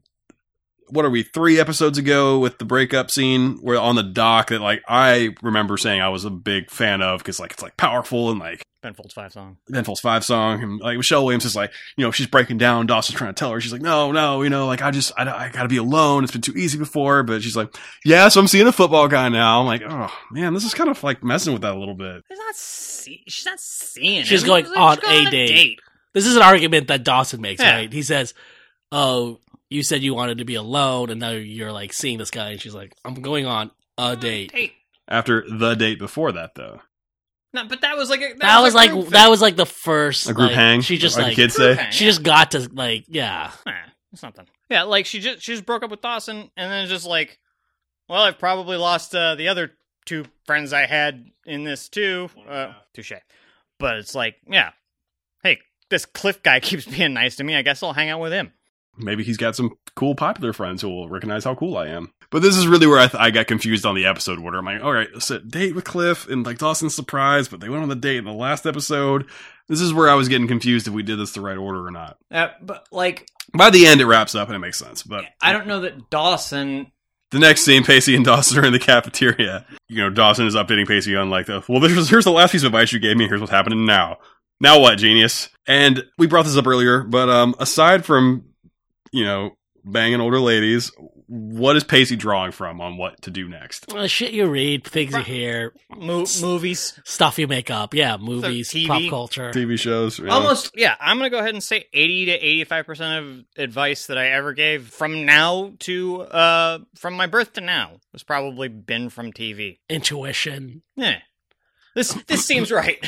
Speaker 1: what are we three episodes ago with the breakup scene where on the dock that like I remember saying I was a big fan of because like it's like powerful and like
Speaker 3: Ben Folds five song.
Speaker 1: Benfold's Five song, and like Michelle Williams is like, you know, she's breaking down. Dawson's trying to tell her, she's like, no, no, you know, like I just, I, I got to be alone. It's been too easy before, but she's like, yeah, so I'm seeing a football guy now. I'm like, oh man, this is kind of like messing with that a little bit.
Speaker 3: She's not. See- she's not seeing.
Speaker 2: She's
Speaker 3: him.
Speaker 2: going
Speaker 3: She's
Speaker 2: on
Speaker 3: going
Speaker 2: a date. This is an argument that Dawson makes,
Speaker 3: Yeah.
Speaker 2: right? He says, "Oh, you said you wanted to be alone, and now you're like seeing this guy." And she's like, "I'm going on a date."
Speaker 3: date.
Speaker 1: After the date before that, though,
Speaker 3: No, but that was like a, that,
Speaker 2: That was like
Speaker 3: group
Speaker 2: that
Speaker 3: thing.
Speaker 2: was like the first
Speaker 1: a group
Speaker 2: like,
Speaker 1: hang.
Speaker 2: She just
Speaker 1: like,
Speaker 2: like
Speaker 1: the kids
Speaker 3: Group
Speaker 1: say.
Speaker 3: hang,
Speaker 2: she
Speaker 3: yeah.
Speaker 2: just got to like yeah.
Speaker 3: Eh, it's nothing. Yeah, like she just she just broke up with Dawson, and then it's just like, well, I've probably lost uh, the other two friends I had in this too. Uh, touche. But it's like, yeah, hey, this Cliff guy keeps being nice to me. I guess I'll hang out with him.
Speaker 1: maybe he's got some cool popular friends who will recognize how cool I am. But this is really where I, th- I got confused on the episode order. I'm like, all right, so date with Cliff and like Dawson's surprise, but they went on the date in the last episode. This is where I was getting confused if we did this the right order or not.
Speaker 3: Uh, but like,
Speaker 1: By the end, it wraps up and it makes sense. But
Speaker 3: I don't know that Dawson.
Speaker 1: The next scene, Pacey and Dawson are in the cafeteria. You know, Dawson is updating Pacey on like the well. This was, here's the last piece of advice you gave me. Here's what's happening now. Now what, genius? And we brought this up earlier, but um, aside from you know banging older ladies, what is Pacey drawing from on what to do next?
Speaker 2: Uh, shit you read, things you hear,
Speaker 3: Mo- movies
Speaker 2: stuff you make up. Yeah, movies,
Speaker 3: TV.
Speaker 2: pop culture.
Speaker 1: TV shows, you know?
Speaker 3: almost yeah i'm gonna go ahead and say 80 to 85 percent of advice that i ever gave from now to uh from my birth to now has probably been from tv
Speaker 2: Intuition.
Speaker 3: yeah this this seems right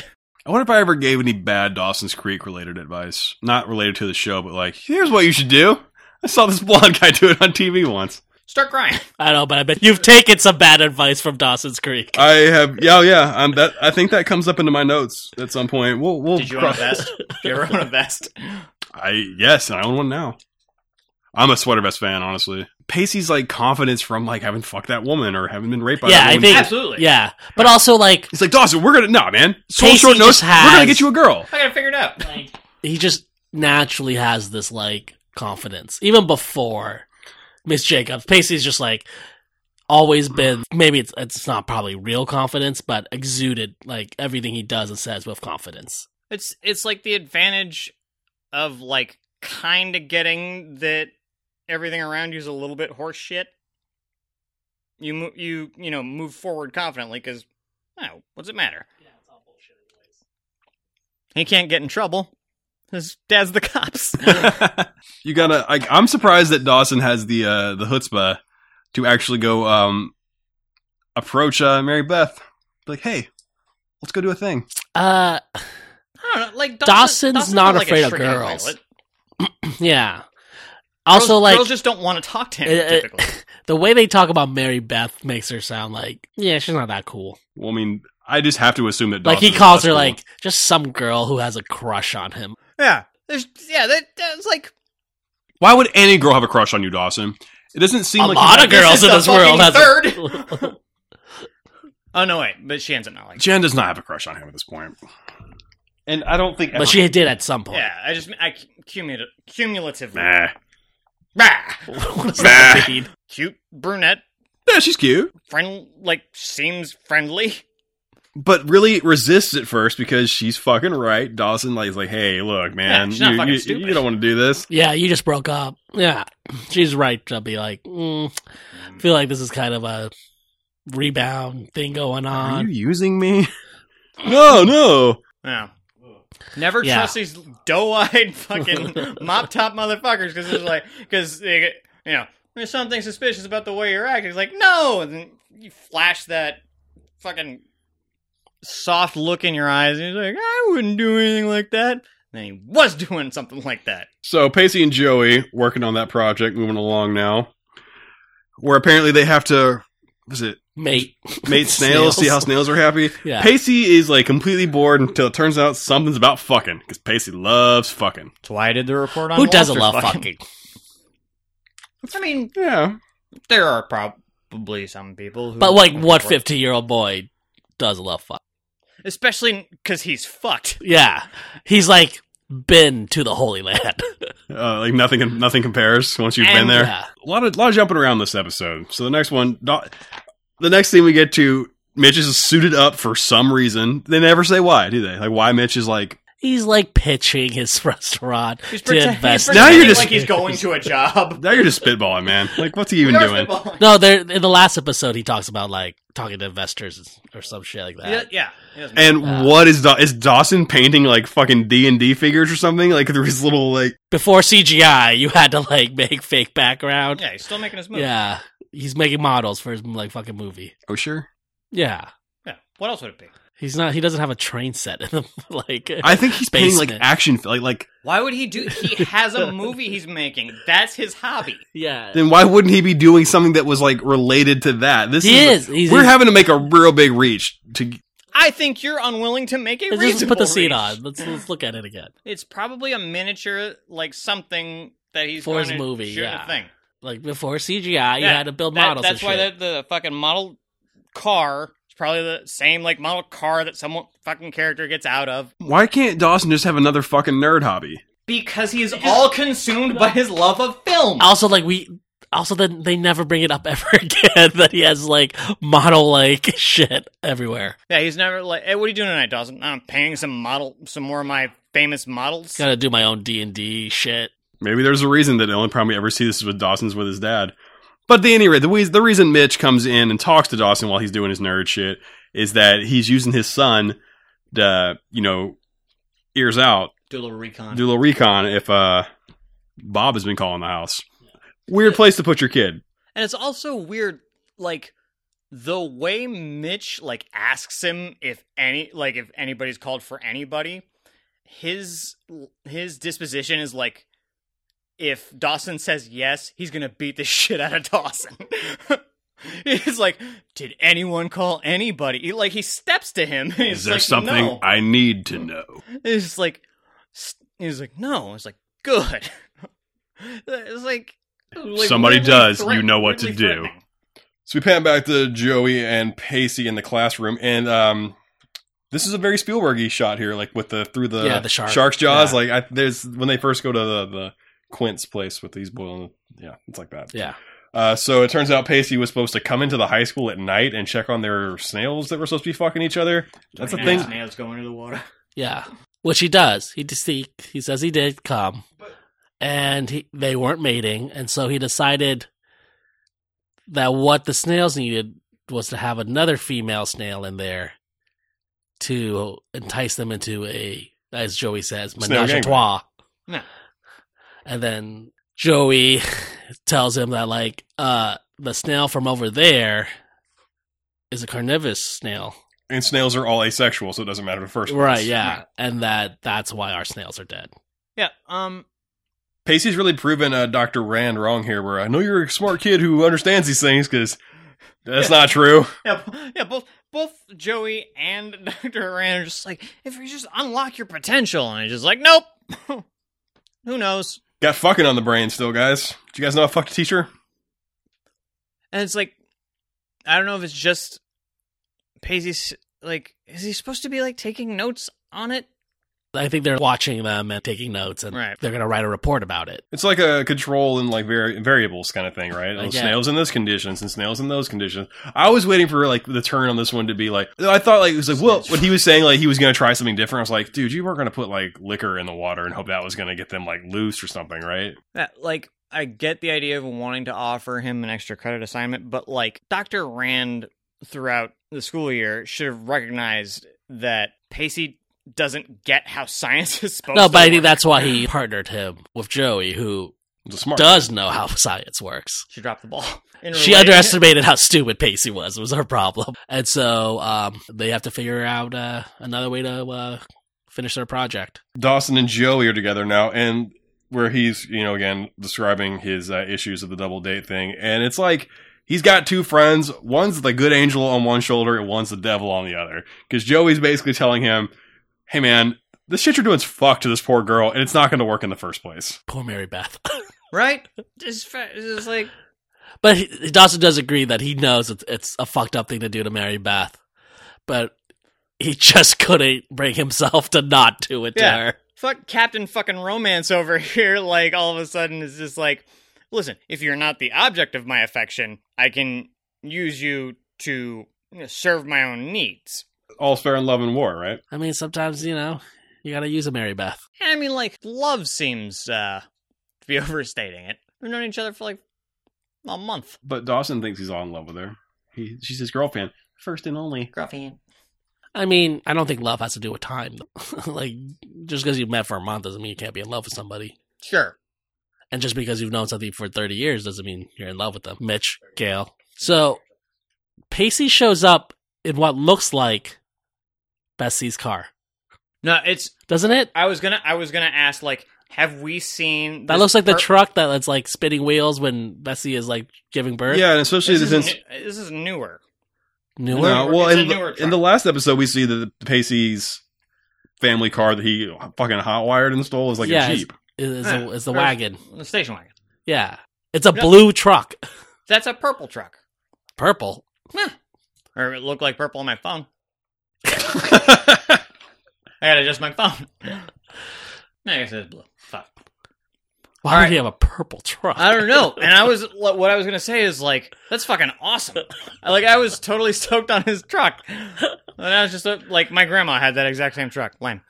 Speaker 1: I wonder if I ever gave any bad Dawson's Creek related advice, not related to the show, but like here's what you should do. I saw this blonde guy do it on TV once.
Speaker 3: start crying
Speaker 2: I don't know, but I bet you've taken some bad advice from Dawson's Creek.
Speaker 1: I have, yeah, oh, yeah. I'm that. I think that comes up into my notes at some point. We'll,
Speaker 2: Oh,
Speaker 1: we'll.
Speaker 3: did you own a
Speaker 1: cross-
Speaker 3: vest you ever own a vest
Speaker 1: I yes, and I own one now. I'm a sweater vest fan, honestly. Pacey's like confidence from like having fucked that woman or having been raped by
Speaker 2: Yeah,
Speaker 1: that
Speaker 2: I
Speaker 1: woman.
Speaker 2: think-
Speaker 3: absolutely
Speaker 2: Yeah, but also like
Speaker 1: He's like Dawson. We're gonna no man. So
Speaker 2: Pacey
Speaker 1: short notice.
Speaker 2: just has-
Speaker 1: We're gonna get you a girl.
Speaker 3: i gotta figure it out
Speaker 2: he just naturally has this like confidence even before miss jacobs pacey's just like always been maybe it's, it's not probably real confidence but exuded like everything he does and says with confidence
Speaker 3: It's it's like the advantage of like kind of getting that everything around you is a little bit horse shit. You mo- you you know move forward confidently because oh what's it matter? He can't get in trouble. His dad's the cops.
Speaker 1: you gotta. I, I'm surprised that Dawson has the uh the chutzpah to actually go um approach uh, Mary Beth. Be like, hey, let's go do a thing.
Speaker 2: uh
Speaker 3: I don't know, like
Speaker 2: Dawson's not
Speaker 3: like a
Speaker 2: afraid of
Speaker 3: straight-out
Speaker 2: girls.
Speaker 3: pilot.
Speaker 2: yeah also
Speaker 3: Girls-
Speaker 2: like
Speaker 3: girls just don't want to talk to him.
Speaker 2: It- it-
Speaker 3: typically.
Speaker 2: the way they talk about mary beth makes her sound like yeah she's not that cool
Speaker 1: Well, I mean, I just have to assume that.
Speaker 2: like he
Speaker 1: Dawson's
Speaker 2: calls her
Speaker 1: cool.
Speaker 2: like just some girl who has a crush on him
Speaker 3: yeah, there's yeah that that's like
Speaker 1: Why would any girl have a crush on you, Dawson? It doesn't seem
Speaker 2: a
Speaker 1: like
Speaker 2: lot of
Speaker 3: this
Speaker 2: girls
Speaker 3: is
Speaker 2: in
Speaker 3: the
Speaker 2: this world has
Speaker 3: fucking
Speaker 2: a-
Speaker 3: oh no wait, but she ends up not like.
Speaker 1: Jen does not have a crush on him at this point. And I don't think. ever-
Speaker 2: but she did at some point
Speaker 3: Yeah, I just I cumulative cumulatively.
Speaker 1: Nah.
Speaker 3: Bah.
Speaker 2: What does that
Speaker 1: Bah.
Speaker 2: mean?
Speaker 3: cute brunette,
Speaker 1: Yeah, she's cute,
Speaker 3: friend like seems friendly.
Speaker 1: but really resists at first because she's fucking right. Dawson like is like, hey, look, man,
Speaker 3: she's not
Speaker 1: you,
Speaker 3: fucking
Speaker 1: you-
Speaker 3: stupid.
Speaker 1: you don't want to do this.
Speaker 2: Yeah, you just broke up. Yeah, she's right to be like, mm, I feel like this is kind of a rebound thing going
Speaker 1: Are
Speaker 2: on.
Speaker 1: you using me? no, no.
Speaker 3: Yeah. Never
Speaker 2: Yeah.
Speaker 3: trust these doe-eyed fucking mop-top motherfuckers because it's like because they get- you know there's something suspicious about the way you're acting. It's like no, and then you flash that fucking soft look in your eyes, and he's like, I wouldn't do anything like that. And he was doing something like that.
Speaker 1: So Pacey and Joey working on that project, moving along now. Where apparently they have to, was it
Speaker 2: Mate,
Speaker 1: mate snails, see how snails are happy.
Speaker 2: Yeah.
Speaker 1: Pacey is like completely bored until it turns out something's about fucking because Pacey loves fucking.
Speaker 3: That's why I did the report on
Speaker 2: Who doesn't
Speaker 3: Walter
Speaker 2: love fucking?
Speaker 3: I mean,
Speaker 1: Yeah,
Speaker 3: there are probably some people, who
Speaker 2: But like, what
Speaker 3: fifty?
Speaker 2: fifty-year-old boy does love fuck?
Speaker 3: especially because he's fucked.
Speaker 2: Yeah, he's like been to the Holy Land.
Speaker 1: uh, like nothing, nothing compares once you've been
Speaker 3: And,
Speaker 1: there.
Speaker 2: Yeah.
Speaker 1: A lot of, lot of jumping around this episode. So the next one, do- the next thing we get to, Mitch is suited up for some reason. They never say why, do they? Like why Mitch is like
Speaker 2: He's like pitching his restaurant
Speaker 3: He's
Speaker 2: to
Speaker 3: pretending,
Speaker 2: invest.
Speaker 1: Now you're just-
Speaker 3: like he's going to a job.
Speaker 1: now you're just spitballing, man. Like what's he even
Speaker 3: We are
Speaker 1: doing?
Speaker 3: spitballing.
Speaker 2: no, there in the last episode he talks about like talking to investors or some shit like that.
Speaker 3: Yeah, yeah. He doesn't-
Speaker 1: And
Speaker 2: Uh.
Speaker 1: what is da- is Dawson painting like fucking D and D figures or something? Like through his little like
Speaker 2: Before CGI, you had to like make fake background.
Speaker 3: yeah, he's still making his move.
Speaker 2: Yeah, he's making models for his like fucking movie.
Speaker 1: oh sure.
Speaker 2: Yeah,
Speaker 3: Yeah. What else would it be?
Speaker 2: he's not. He doesn't have a train set in the like.
Speaker 1: I think he's painting like
Speaker 2: Basement.
Speaker 1: action like like
Speaker 3: Why would he do? He has a movie he's making. That's his hobby.
Speaker 2: yeah,
Speaker 1: then why wouldn't he be doing something that was like related to that? This
Speaker 2: he
Speaker 1: is,
Speaker 2: is. He's,
Speaker 1: we're having to make a real big reach to
Speaker 3: I think you're unwilling to make a
Speaker 2: Let's
Speaker 3: reasonable.
Speaker 2: just put the scene
Speaker 3: reach.
Speaker 2: on. Let's let's look at it again.
Speaker 3: It's probably a miniature, like something that he's
Speaker 2: For
Speaker 3: going
Speaker 2: his
Speaker 3: to
Speaker 2: movie,
Speaker 3: shoot
Speaker 2: yeah.
Speaker 3: a thing.
Speaker 2: Like before CGI, you
Speaker 3: That-
Speaker 2: had to build
Speaker 3: That-
Speaker 2: models.
Speaker 3: that's
Speaker 2: and
Speaker 3: why
Speaker 2: shit.
Speaker 3: the, the fucking model car is probably the same like model car that some fucking character gets out of
Speaker 1: Why can't Dawson just have another fucking nerd hobby?
Speaker 3: because he is all consumed by his love of film.
Speaker 2: also like we also then they never bring it up ever again that he has like model like shit everywhere.
Speaker 3: Yeah, he's never like, hey, what are you doing tonight, Dawson? I'm painting some model, some more of my famous models.
Speaker 2: Gotta do my own D and D shit.
Speaker 1: Maybe there's a reason that the only problem we ever see this is with Dawson's with his dad. But at any rate, the, wea- the reason Mitch comes in and talks to Dawson while he's doing his nerd shit is that he's using his son to, you know, ears out,
Speaker 4: Do a little recon.
Speaker 1: do a little recon if uh, Bob has been calling the house. Weird place to put your kid.
Speaker 3: And it's also weird, like the way Mitch like asks him if any, like if anybody's called for anybody. His his disposition is like, if Dawson says yes, he's gonna beat the shit out of Dawson. He's like, did anyone call anybody? He- Like he steps to him. And he's
Speaker 1: Is there
Speaker 3: like,
Speaker 1: something
Speaker 3: "No."
Speaker 1: I need to know?
Speaker 3: It's just like, s- he's like, no. It's like, good. it's like, like,
Speaker 1: Somebody
Speaker 3: weirdly
Speaker 1: does,
Speaker 3: threat-
Speaker 1: you know what to
Speaker 3: weirdly
Speaker 1: do.
Speaker 3: threatening.
Speaker 1: So we pan back to Joey and Pacey in the classroom, and um, this is a very Spielbergy shot here, like with the through the,
Speaker 2: Yeah, the shark.
Speaker 1: shark's jaws.
Speaker 2: Yeah.
Speaker 1: Like I, there's when they first go to the, the Quint's place with these boiling. Yeah, it's like that.
Speaker 2: Yeah.
Speaker 1: Uh, so it turns out Pacey was supposed to come into the high school at night and check on their snails that were supposed to be fucking each other. That's a
Speaker 4: Right now,
Speaker 1: thing.
Speaker 4: Snails going into the water.
Speaker 2: Yeah. Which he does. He just he, he says he did come. And he, they weren't mating, and so he decided that what the snails needed was to have another female snail in there to entice them into a, as Joey says,
Speaker 1: Snail
Speaker 2: menage a
Speaker 1: gangbang.
Speaker 2: trois.
Speaker 4: No.
Speaker 2: And then Joey tells him that like uh the snail from over there is a carnivorous snail.
Speaker 1: And snails are all asexual, so it doesn't matter the first.
Speaker 2: Right,
Speaker 1: place.
Speaker 2: yeah. And that that's why our snails are dead.
Speaker 3: Yeah. Um.
Speaker 1: Pacey's really proven uh, Dr. Rand wrong here, where I know you're a smart kid who understands these things because that's not true.
Speaker 3: Yeah. b- Yeah. Both both Joey and Doctor Rand are just like, if you just unlock your potential, and he's just like, nope. Who knows?
Speaker 1: Got fucking on the brain still, guys. Do you guys know I fucked a teacher?
Speaker 3: And it's like, I don't know if it's just Paisley's. Like, is he supposed to be like taking notes on it?
Speaker 2: I think they're watching them and taking notes, and
Speaker 3: Right.
Speaker 2: they're going to write a report about it.
Speaker 1: It's like a control and like vari- variables kind of thing, right?
Speaker 2: I
Speaker 1: Oh,
Speaker 2: get
Speaker 1: snails in this conditions and snails in those conditions. I was waiting for like the turn on this one to be like I thought like it was like well when he was saying like he was gonna try something different. I was like, dude, you weren't gonna put like liquor in the water and hope that was gonna get them like loose or something, right?
Speaker 3: That, Uh, like, I get the idea of wanting to offer him an extra credit assignment, but like, Dr. Rand throughout the school year should have recognized that Pacey doesn't get how science is supposed
Speaker 2: no,
Speaker 3: to
Speaker 2: but I think
Speaker 3: work.
Speaker 2: that's why he partnered him with Joey, who
Speaker 1: It's a smart.
Speaker 2: does know how science works.
Speaker 3: She dropped the ball. In
Speaker 2: She
Speaker 3: relation-
Speaker 2: underestimated how stupid Pacey was. It was her problem. And so um, they have to figure out uh, another way to uh, finish their project.
Speaker 1: Dawson and Joey are together now, and where he's you know again describing his uh, issues of the double date thing, and it's like he's got two friends. One's the good angel on one shoulder, and one's the devil on the other. Because Joey's basically telling him, "Hey man, this shit you're doing's fucked to this poor girl, and it's not going to work in the first place."
Speaker 2: Poor Mary Beth.
Speaker 3: Right? It's, fa- it's like,
Speaker 2: but he, Dawson does agree that he knows it's, it's a fucked up thing to do to Mary Beth. But he just couldn't bring himself to not do it
Speaker 3: Yeah.
Speaker 2: to her.
Speaker 3: fuck Captain fucking Romance over here, like, all of a sudden is just like, listen, if you're not the object of my affection, I can use you to you know, serve my own needs.
Speaker 1: All's fair in love and war, right?
Speaker 2: I mean, sometimes, you know, you got to use a Mary Beth.
Speaker 3: I mean, like, love seems uh, to be overstating it. We've known each other for like a month.
Speaker 1: But Dawson thinks he's all in love with her. He, she's his girlfriend, first and only.
Speaker 4: Girlfriend.
Speaker 2: I mean, I don't think love has to do with time. though. like, just because you've met for a month doesn't mean you can't be in love with somebody.
Speaker 3: Sure.
Speaker 2: And just because you've known something for 30 years doesn't mean you're in love with them. Mitch, Gail. So, Pacey shows up in what looks like Bessie's car,
Speaker 3: No, it's.
Speaker 2: doesn't it?
Speaker 3: I was gonna. I was gonna ask, like, have we seen?
Speaker 2: That
Speaker 3: this
Speaker 2: looks like the
Speaker 3: per-
Speaker 2: truck that- that's like spinning wheels when Bessie is like giving birth.
Speaker 1: Yeah, and especially
Speaker 3: This is,
Speaker 1: since
Speaker 3: new- this is newer.
Speaker 2: Newer.
Speaker 1: No, well,
Speaker 3: It's a
Speaker 1: in, the-
Speaker 3: newer
Speaker 1: in
Speaker 3: truck.
Speaker 1: the last episode, we see that the Pacey's family car that he fucking hotwired and stole is like
Speaker 2: Yeah,
Speaker 1: a
Speaker 2: it's-
Speaker 1: Jeep.
Speaker 2: Is, is,
Speaker 3: Yeah,
Speaker 2: the, is the
Speaker 3: fair.
Speaker 2: wagon?
Speaker 3: The station wagon.
Speaker 2: Yeah, it's a
Speaker 3: Yeah.
Speaker 2: blue truck,
Speaker 3: That's a purple truck.
Speaker 2: purple.
Speaker 3: Or it looked like purple on my phone. I gotta adjust my phone. I guess it's blue. Fuck.
Speaker 2: Why
Speaker 3: All
Speaker 2: would
Speaker 3: right.
Speaker 2: he have a purple truck?
Speaker 3: I don't know. And I was what I was gonna say is like that's fucking awesome. Like I was totally stoked on his truck. And I was just uh, like my grandma had that exact same truck. Lame.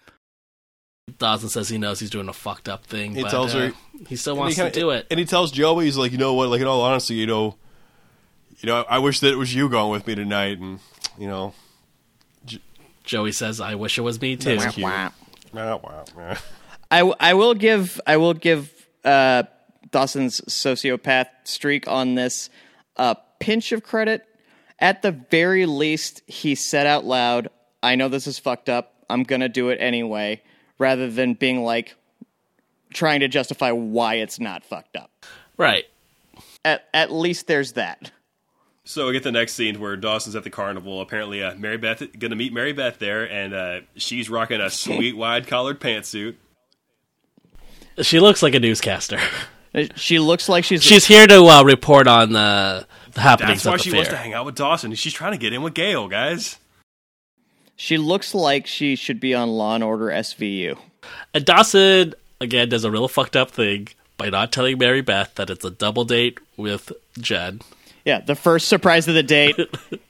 Speaker 2: Dawson says he knows he's doing a fucked up thing.
Speaker 5: He
Speaker 2: but,
Speaker 5: tells her-
Speaker 2: uh, he still
Speaker 5: And
Speaker 2: wants
Speaker 5: he
Speaker 2: to
Speaker 5: kinda-
Speaker 2: do it.
Speaker 5: And he tells Joey, he's like, you know what? Like in all honesty, you know, you know, I wish that it was you going with me tonight, and you know,
Speaker 2: Joey says, "I wish it was me too."
Speaker 5: That's cute. Wow, wow, wow.
Speaker 6: I, w- I will give I will give uh, Dawson's sociopath streak on this a pinch of credit. At the very least, he said out loud, "I know this is fucked up. I'm gonna do it anyway," rather than being like trying to justify why it's not fucked up.
Speaker 2: Right.
Speaker 6: At at least there's that.
Speaker 1: So we get the next scene where Dawson's at the carnival. Apparently, uh, Mary Beth gonna meet Mary Beth there, and uh, she's rocking a sweet wide collared pantsuit.
Speaker 2: She looks like a newscaster.
Speaker 6: Uh, She looks like she's
Speaker 2: She's here to uh, report on the, the happenings
Speaker 1: That's why
Speaker 2: at the
Speaker 1: she
Speaker 2: fair.
Speaker 1: wants to hang out with Dawson. She's trying to get in with Gail, guys.
Speaker 6: she looks like she should be on Law and Order SVU.
Speaker 2: And Dawson again does a real fucked up thing by not telling Mary Beth that it's a double date with Jen.
Speaker 6: Yeah, the first surprise of the date.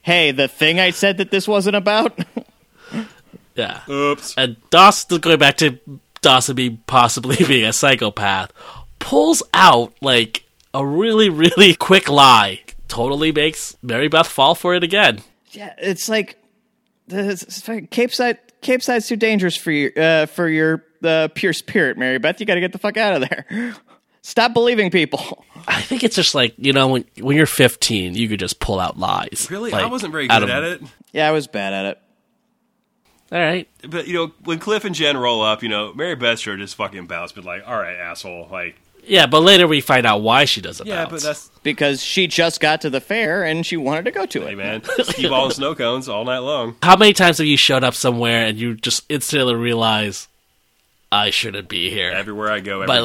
Speaker 6: hey, the thing I said that this wasn't about.
Speaker 2: Yeah.
Speaker 1: Oops.
Speaker 2: And Dawson going back to Dawson being possibly being a psychopath, pulls out like a really, really quick lie. Totally makes Mary Beth fall for it again.
Speaker 6: Yeah, it's like this it's fucking- Cape Side. Cape Side's too dangerous for your uh, for your uh, pure spirit, Mary Beth. You got to get the fuck out of there. Stop believing people.
Speaker 2: I think it's just like, you know, when when you're fifteen you could just pull out lies.
Speaker 1: Really, I
Speaker 2: Like,
Speaker 1: wasn't very
Speaker 2: out
Speaker 1: good at
Speaker 2: of-
Speaker 1: it.
Speaker 6: Yeah, I was bad at it.
Speaker 2: All right.
Speaker 1: But you know, when Cliff and Jen roll up, you know, Mary Beth sure just fucking bounced. But like, all right, asshole. Like,
Speaker 2: Yeah, but later we find out why she doesn't.
Speaker 1: yeah, but that's
Speaker 6: Because she just got to the fair and she wanted to go to
Speaker 1: hey
Speaker 6: it.
Speaker 1: man, skee ball and snow cones all night long.
Speaker 2: how many times have you showed up somewhere and you just instantly realize I shouldn't be here?
Speaker 1: Everywhere I go, every
Speaker 2: but
Speaker 1: day.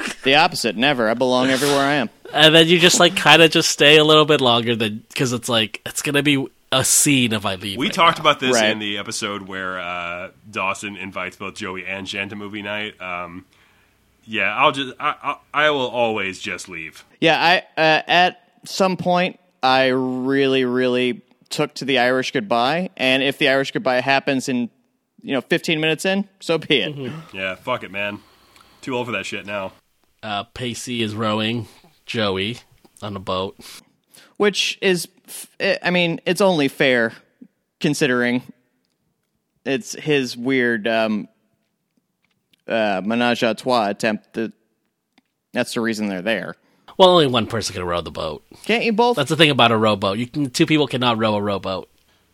Speaker 2: like,
Speaker 6: The opposite, never. I belong everywhere I am.
Speaker 2: and then you just like kind of just stay a little bit longer than because it's like it's gonna be a scene if I leave.
Speaker 1: We
Speaker 2: right
Speaker 1: talked about this
Speaker 6: Right.
Speaker 1: in the episode where uh, Dawson invites both Joey and Jen to movie night. Um, yeah, I'll just I, I I will always just leave.
Speaker 6: Yeah, I uh, at some point I really, really took to the Irish goodbye, and if the Irish goodbye happens in you know 15 minutes in, so be it.
Speaker 1: Yeah, fuck it, man. Too old for that shit now.
Speaker 2: now. Uh, Pacey is rowing Joey on a boat.
Speaker 6: Which is, f- eh, I mean, it's only fair considering it's his weird um, uh, menage a trois attempt. That that's the reason they're there.
Speaker 2: Well, only one person can row the boat.
Speaker 6: Can't you both?
Speaker 2: That's the thing about a rowboat. You can two people cannot row a rowboat.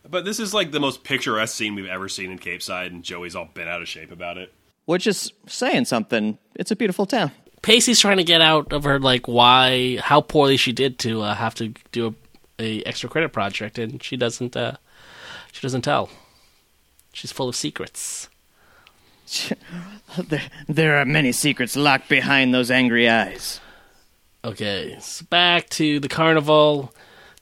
Speaker 1: But this is like the most picturesque scene we've ever seen in Cape Side, and Joey's all bent out of shape about it.
Speaker 6: which is saying something. It's a beautiful town.
Speaker 2: Pacey's trying to get out of her like why how poorly she did to uh, have to do a, a extra credit project, and she doesn't. Uh, she doesn't tell. She's full of secrets.
Speaker 6: There, there are many secrets locked behind those angry eyes.
Speaker 2: Okay, so back to the carnival.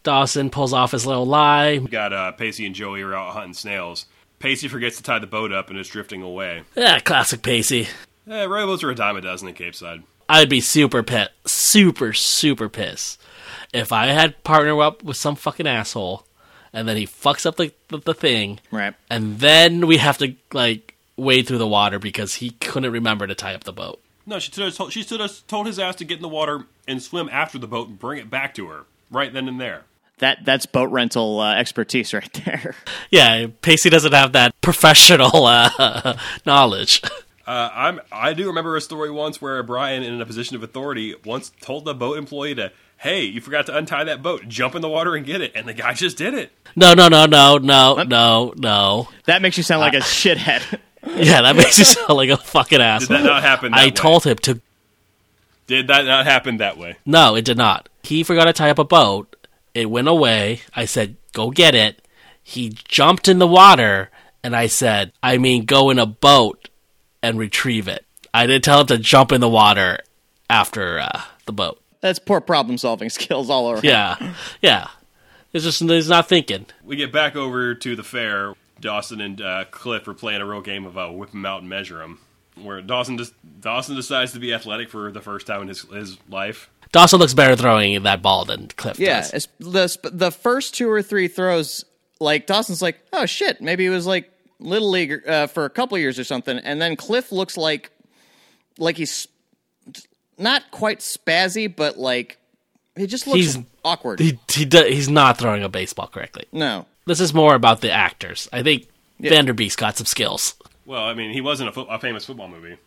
Speaker 2: Dawson pulls off his little lie.
Speaker 1: We got uh, Pacey and Joey are out hunting snails. Pacey forgets to tie the boat up and is drifting away.
Speaker 2: Yeah, classic Pacey.
Speaker 1: Eh, rowboats are a dime a dozen in Cape Side.
Speaker 2: I'd be super pet, super super pissed if I had partner up with some fucking asshole, and then he fucks up the the, the thing,
Speaker 6: Right.
Speaker 2: and then we have to like wade through the water because he couldn't remember to tie up the boat.
Speaker 1: No, she should have told, she should have told his ass to get in the water and swim after the boat and bring it back to her right then and there.
Speaker 6: That that's boat rental uh, expertise right there.
Speaker 2: Yeah, Pacey doesn't have that professional uh, knowledge.
Speaker 1: Uh, I'm, I do remember a story once where Brian, in a position of authority, once told the boat employee to, "Hey, you forgot to untie that boat. Jump in the water and get it." And the guy just did it.
Speaker 2: No, no, no, no, no, no, no.
Speaker 6: That makes you sound like a shithead.
Speaker 2: Yeah, that makes you sound like a fucking
Speaker 1: Did
Speaker 2: asshole.
Speaker 1: that not happen? That
Speaker 2: I
Speaker 1: way?
Speaker 2: told him to
Speaker 1: Did that not happen that way?
Speaker 2: No, it did not. He forgot to tie up a boat. It went away. I said, "Go get it." He jumped in the water, and I said, "I mean, go in a boat and retrieve it." I did tell him to jump in the water after uh, the boat.
Speaker 6: That's poor problem solving skills all over.
Speaker 2: Yeah, yeah. It's just he's not thinking.
Speaker 1: We get back over to the fair. Dawson and uh, Cliff are playing a real game of uh, whip 'em out and measure 'em, where Dawson just Dawson decides to be athletic for the first time in his his life.
Speaker 2: Dawson looks better throwing that ball than Cliff
Speaker 6: Yeah,
Speaker 2: does.
Speaker 6: it's, the sp- the first two or three throws, like Dawson's like, oh shit, maybe it was like little league uh, for a couple years or something, and then Cliff looks like, like he's not quite spazzy, but like he just looks
Speaker 2: He's-
Speaker 6: awkward.
Speaker 2: He he do, he's not throwing a baseball correctly.
Speaker 6: no,
Speaker 2: This is more about the actors. I think Vanderbeek's got some skills.
Speaker 1: Well, I mean, he wasn't a, fo- a famous football movie.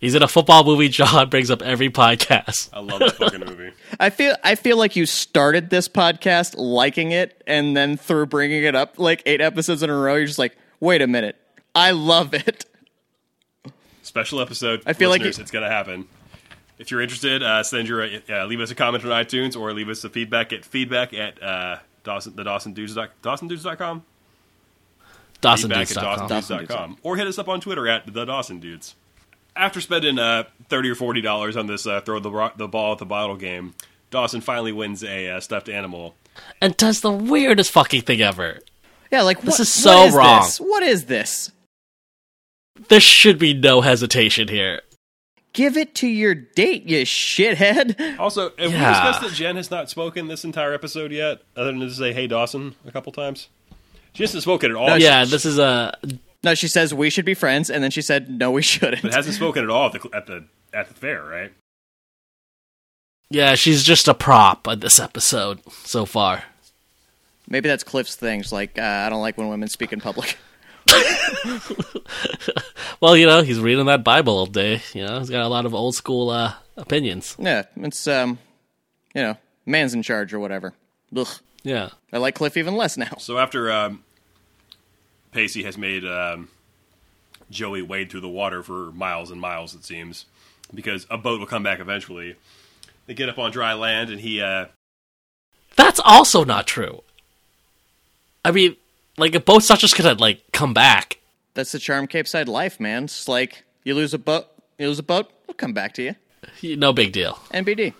Speaker 2: He's in a football movie. John brings up every podcast.
Speaker 1: I love this fucking movie.
Speaker 6: I feel I feel like you started this podcast liking it, and then through bringing it up like eight episodes in a row, you're just like, wait a minute, I love it.
Speaker 1: Special episode.
Speaker 6: I feel like
Speaker 1: Listeners,
Speaker 6: it-
Speaker 1: it's gonna happen. If you're interested, uh, send your uh, leave us a comment on iTunes or leave us a feedback at feedback at uh, Dawson the Dawson Dudes doc, DawsonDudes.com.
Speaker 2: Dawson
Speaker 1: feedback at
Speaker 2: Dudes.com.
Speaker 1: DawsonDudes.com. Or hit us up on Twitter at the Dawson Dudes. After spending uh, thirty or forty dollars on this uh, throw the rock, the ball at the bottle game, Dawson finally wins a uh, stuffed animal.
Speaker 2: And does the weirdest fucking thing ever.
Speaker 6: Yeah, like
Speaker 2: This
Speaker 6: what-
Speaker 2: is so
Speaker 6: what is
Speaker 2: wrong.
Speaker 6: this? What is this?
Speaker 2: There should be no hesitation here.
Speaker 6: Give it to your date, you shithead.
Speaker 1: Also, have we
Speaker 2: Yeah.
Speaker 1: discussed that Jen has not spoken this entire episode yet, other than to say "Hey Dawson" a couple times? She hasn't spoken at all.
Speaker 2: yeah, this is a
Speaker 6: No, she says we should be friends, and then she said no, we shouldn't.
Speaker 1: but hasn't spoken at all at the at the at the fair, right?
Speaker 2: yeah. She's just a prop on this episode so far.
Speaker 6: Maybe that's Cliff's things. Like uh, I don't like when women speak in public.
Speaker 2: Well, you know, he's reading that Bible all day. You know, he's got a lot of old school uh, opinions.
Speaker 6: Yeah, it's um, you know, man's in charge or whatever. Ugh.
Speaker 2: Yeah.
Speaker 6: I like Cliff even less now.
Speaker 1: So after um, Pacey has made um, Joey wade through the water for miles and miles, it seems, because a boat will come back eventually. They get up on dry land, and he uh,
Speaker 2: That's also not true. I mean, like a boat's not just gonna like come back.
Speaker 6: That's the charm Cape Side life, man. It's like you lose a boat, you lose a boat, we'll come back to you.
Speaker 2: No big deal,
Speaker 6: NBD.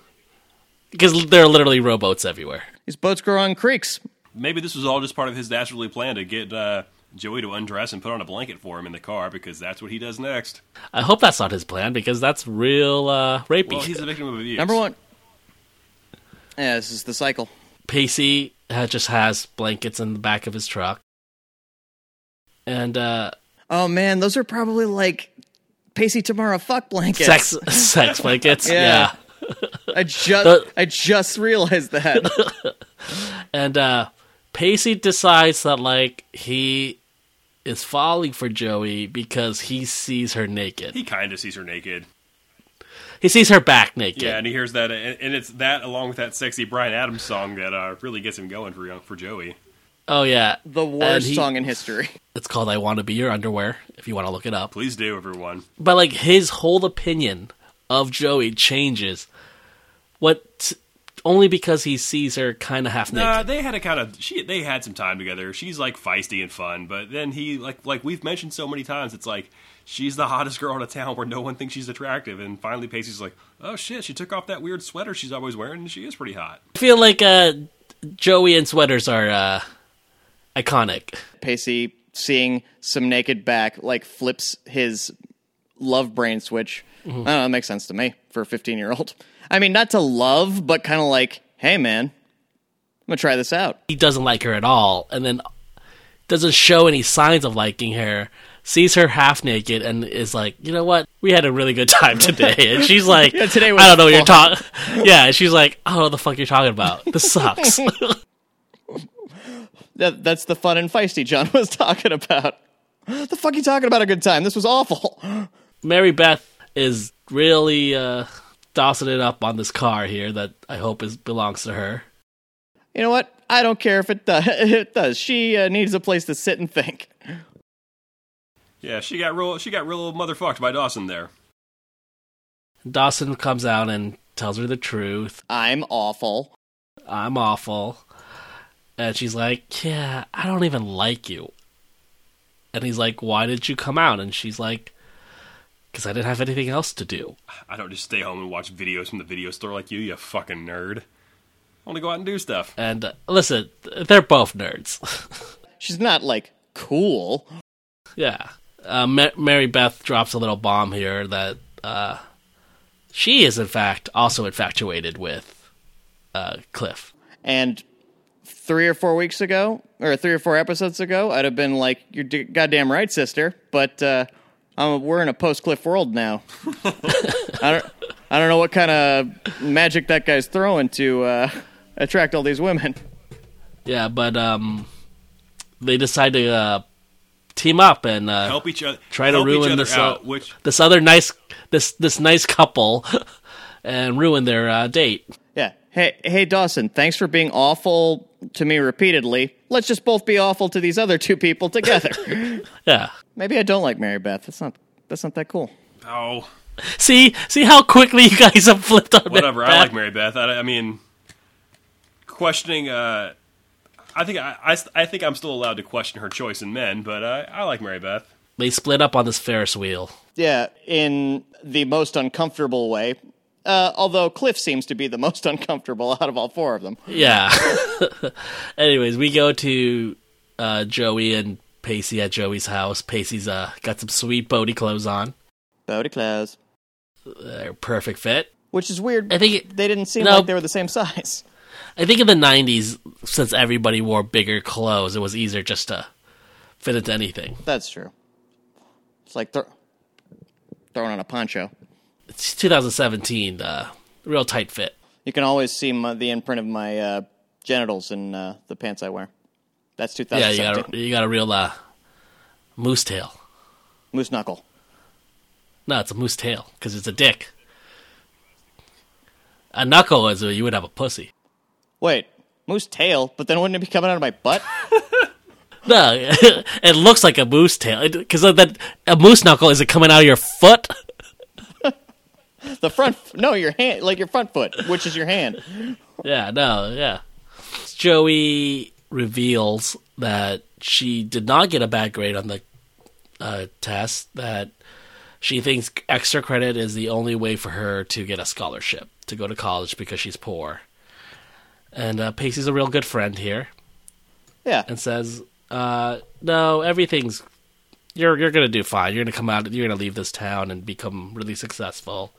Speaker 2: because there are literally rowboats everywhere.
Speaker 6: These boats grow on creeks.
Speaker 1: maybe this was all just part of his dastardly plan to get uh, Joey to undress and put on a blanket for him in the car, because that's what he does next.
Speaker 2: I hope that's not his plan, because that's real uh, rapey.
Speaker 1: Well, he's a victim of abuse.
Speaker 6: Number one. Yeah, this is the cycle.
Speaker 2: Pacey uh, just has blankets in the back of his truck, and uh,
Speaker 6: Oh man, those are probably like Pacey Tamara fuck blankets.
Speaker 2: sex sex blankets.
Speaker 6: Yeah.
Speaker 2: yeah.
Speaker 6: I just
Speaker 2: The-
Speaker 6: I just realized that.
Speaker 2: And uh Pacey decides that like he is falling for Joey because he sees her naked.
Speaker 1: he kind of sees her naked.
Speaker 2: He sees her back naked.
Speaker 1: Yeah, and he hears that, and, and it's that along with that sexy Brian Adams song that uh, really gets him going for for Joey.
Speaker 2: Oh yeah.
Speaker 6: The worst
Speaker 2: And he-
Speaker 6: song in history.
Speaker 2: It's called I Want to Be Your Underwear if you want to look it up.
Speaker 1: Please do, everyone.
Speaker 2: But like his whole opinion of Joey changes what only because he sees her kind of half naked.
Speaker 1: Nah, they had a kind of she. They had some time together. She's like feisty and fun, but then he like like we've mentioned so many times. It's like she's the hottest girl in a town where no one thinks she's attractive, and finally Pacey's like, oh shit, she took off that weird sweater she's always wearing, and she is pretty hot.
Speaker 2: I feel like uh Joey and sweaters are uh iconic.
Speaker 6: Pacey seeing some naked back like flips his love brain switch. I don't know, that makes sense to me for a 15 year old. I mean, not to love, but kind of like, hey man, I'm gonna try this out.
Speaker 2: he doesn't like her at all and then doesn't show any signs of liking her sees her half naked and is like you know what we had a really good time today and she's like
Speaker 6: Yeah, today
Speaker 2: i
Speaker 6: was
Speaker 2: don't know what you're
Speaker 6: fun."
Speaker 2: talking yeah and she's like i don't know what the fuck you're talking about this sucks
Speaker 6: That, that's the fun and feisty John was talking about. The fuck you talking about a good time? This was awful.
Speaker 2: mary beth is really uh dousing it up on this car here that i hope is belongs to her
Speaker 6: You know what? I don't care if it does. It does. She uh, needs a place to sit and think.
Speaker 1: Yeah, she got real. She got real motherfucked by Dawson there.
Speaker 2: dawson comes out and tells her the truth
Speaker 6: I'm awful.
Speaker 2: i'm awful and she's like yeah i don't even like you and he's like why did you come out and she's like because I didn't have anything else to do.
Speaker 7: I don't just stay home and watch videos from the video store like you, you fucking nerd. I want to go out and do stuff.
Speaker 2: And uh, listen, they're both nerds.
Speaker 6: She's not like cool.
Speaker 2: Yeah. Uh, Ma- Mary Beth drops a little bomb here that uh, she is, in fact, also infatuated with uh, Cliff.
Speaker 6: And three or four weeks ago, or three or four episodes ago, I'd have been like, "You're d- goddamn right, sister." But uh, I'm, we're in a post-Cliff world now. I don't, I don't know what kind of magic that guy's throwing to uh, attract all these women.
Speaker 2: Yeah, but um, they decide to uh, team up and uh,
Speaker 7: Help each other.
Speaker 2: Try to
Speaker 7: help
Speaker 2: ruin
Speaker 7: each other
Speaker 2: this, uh,
Speaker 7: out. Which
Speaker 2: this other nice this this nice couple and ruin their uh, date.
Speaker 6: Yeah. Hey, hey, Dawson. Thanks for being awful to me repeatedly. Let's just both be awful to these other two people together.
Speaker 2: Yeah.
Speaker 6: Maybe I don't like Mary Beth. That's not. That's not that cool.
Speaker 7: oh,
Speaker 2: See see how quickly you guys have flipped on
Speaker 7: whatever.
Speaker 2: Macbeth?
Speaker 7: I like Mary Beth. I, I mean, questioning. Uh, I think I, I, I think I'm still allowed to question her choice in men, but uh, I like Mary Beth.
Speaker 2: They split up on this Ferris wheel.
Speaker 6: Yeah, in the most uncomfortable way. Uh, although Cliff seems to be the most uncomfortable out of all four of them.
Speaker 2: Yeah. Anyways, we go to uh, Joey and Pacey at Joey's house. Pacey's uh, got some sweet Bodie clothes on.
Speaker 6: Body clothes,
Speaker 2: They're a perfect fit.
Speaker 6: which is weird.
Speaker 2: I think it-
Speaker 6: they didn't seem
Speaker 2: No.
Speaker 6: like they were the same size.
Speaker 2: I think in the '90s, since everybody wore bigger clothes, it was easier just to fit into anything.
Speaker 6: That's true. It's like thro- throwing on a poncho.
Speaker 2: It's 2017, uh, real tight fit.
Speaker 6: You can always see my, the imprint of my uh, genitals in uh, the pants I wear. That's
Speaker 2: Yeah,
Speaker 6: 2017.
Speaker 2: you got a, you got a real uh, moose tail.
Speaker 6: Moose knuckle.
Speaker 2: No, it's a moose tail because it's a dick. A knuckle is you would have a pussy.
Speaker 6: Wait, moose tail, but then wouldn't it be coming out of my butt?
Speaker 2: No, it looks like a moose tail because that a moose knuckle is it coming out of your foot?
Speaker 6: the front, no, your hand, like your front foot, which is your hand.
Speaker 2: Yeah, no, yeah. Joey reveals that she did not get a bad grade on the uh, test. That she thinks extra credit is the only way for her to get a scholarship to go to college because she's poor. And uh, Pacey's a real good friend here
Speaker 6: Yeah,
Speaker 2: and says, uh, "No, everything's you're you're gonna do fine. You're gonna come out. You're gonna leave this town and become really successful.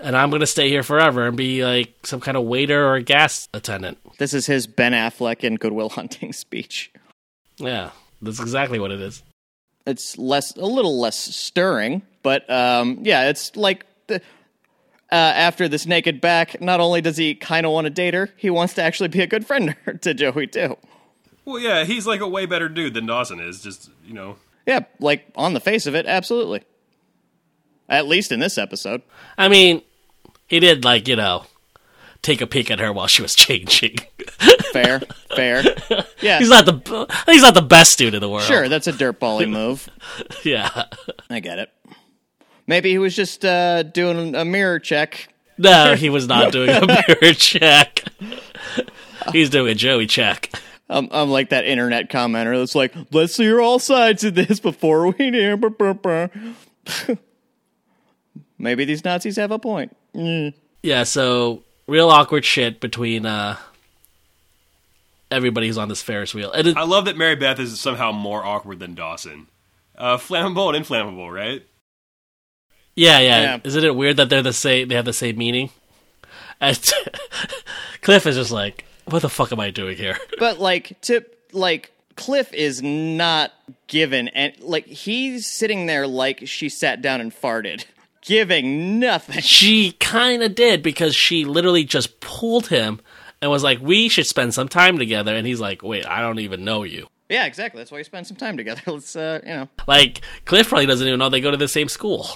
Speaker 2: And I'm gonna stay here forever and be like some kind of waiter or gas attendant.
Speaker 6: This is his Ben Affleck in Goodwill Hunting speech.
Speaker 2: Yeah, that's exactly what it is.
Speaker 6: It's less, a little less stirring, but um, yeah, it's like the, uh, after this naked back, not only does he kind of want to date her, he wants to actually be a good friend to Joey too.
Speaker 7: Well, yeah, he's like a way better dude than Dawson is. Just you know,
Speaker 6: Yeah, like on the face of it, absolutely. At least in this episode,
Speaker 2: I mean, he did like you know." Take a peek at her while she was changing.
Speaker 6: fair, fair. Yeah,
Speaker 2: he's not the he's not the best dude in the world.
Speaker 6: sure, that's a dirtbally move.
Speaker 2: Yeah.
Speaker 6: I get it. Maybe he was just uh, doing a mirror check.
Speaker 2: No, he was not doing a mirror check. he's doing a Joey check.
Speaker 6: I'm, I'm like that internet commenter that's like, let's hear all sides of this before we do. brr, brr, brr." Maybe these Nazis have a point.
Speaker 2: Yeah, so real awkward shit between uh everybody who's on this Ferris wheel. And it,
Speaker 7: I love that Mary Beth is somehow more awkward than Dawson. Uh, flammable and inflammable, right?
Speaker 2: yeah, yeah,
Speaker 6: Yeah.
Speaker 2: Isn't it weird that they're the same they have the same meaning? And Cliff is just like, What the fuck am I doing here?
Speaker 6: But like, tip, like Cliff is not given, and like he's sitting there like she sat down and farted, giving nothing.
Speaker 2: She kinda did because she literally just pulled him and was like, We should spend some time together and he's like, Wait, I don't even know you.
Speaker 6: Yeah, exactly. That's why you spend some time together. Let's, uh, you know,
Speaker 2: Like, Cliff probably doesn't even know they go to the same school.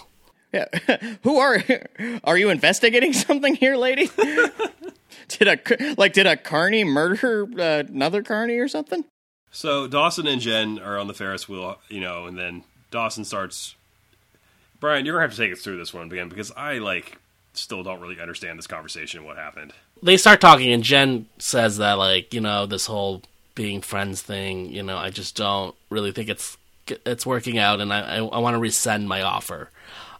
Speaker 6: Yeah. Who are are you investigating something here, lady? did a like did a carney murder uh, another carney or something?
Speaker 7: So Dawson and Jen are on the Ferris wheel, you know, and then Dawson starts. Brian, you're gonna have to take us through this one again because I like still don't really understand this conversation. and What happened?
Speaker 2: they start talking and jen says that like you know this whole being friends thing you know i just don't really think it's it's working out and i i, I want to rescind my offer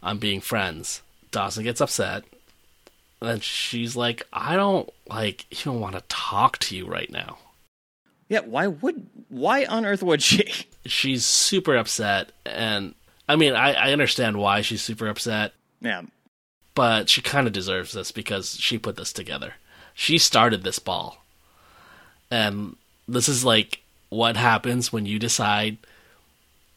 Speaker 2: on being friends. Dawson gets upset. And then she's like, I don't like even want to talk to you right now.
Speaker 6: Yeah, why would why on earth would she?
Speaker 2: She's super upset and I mean I, I understand why she's super upset,
Speaker 6: Yeah.
Speaker 2: but she kinda deserves this because she put this together. She started this ball. And this is like what happens when you decide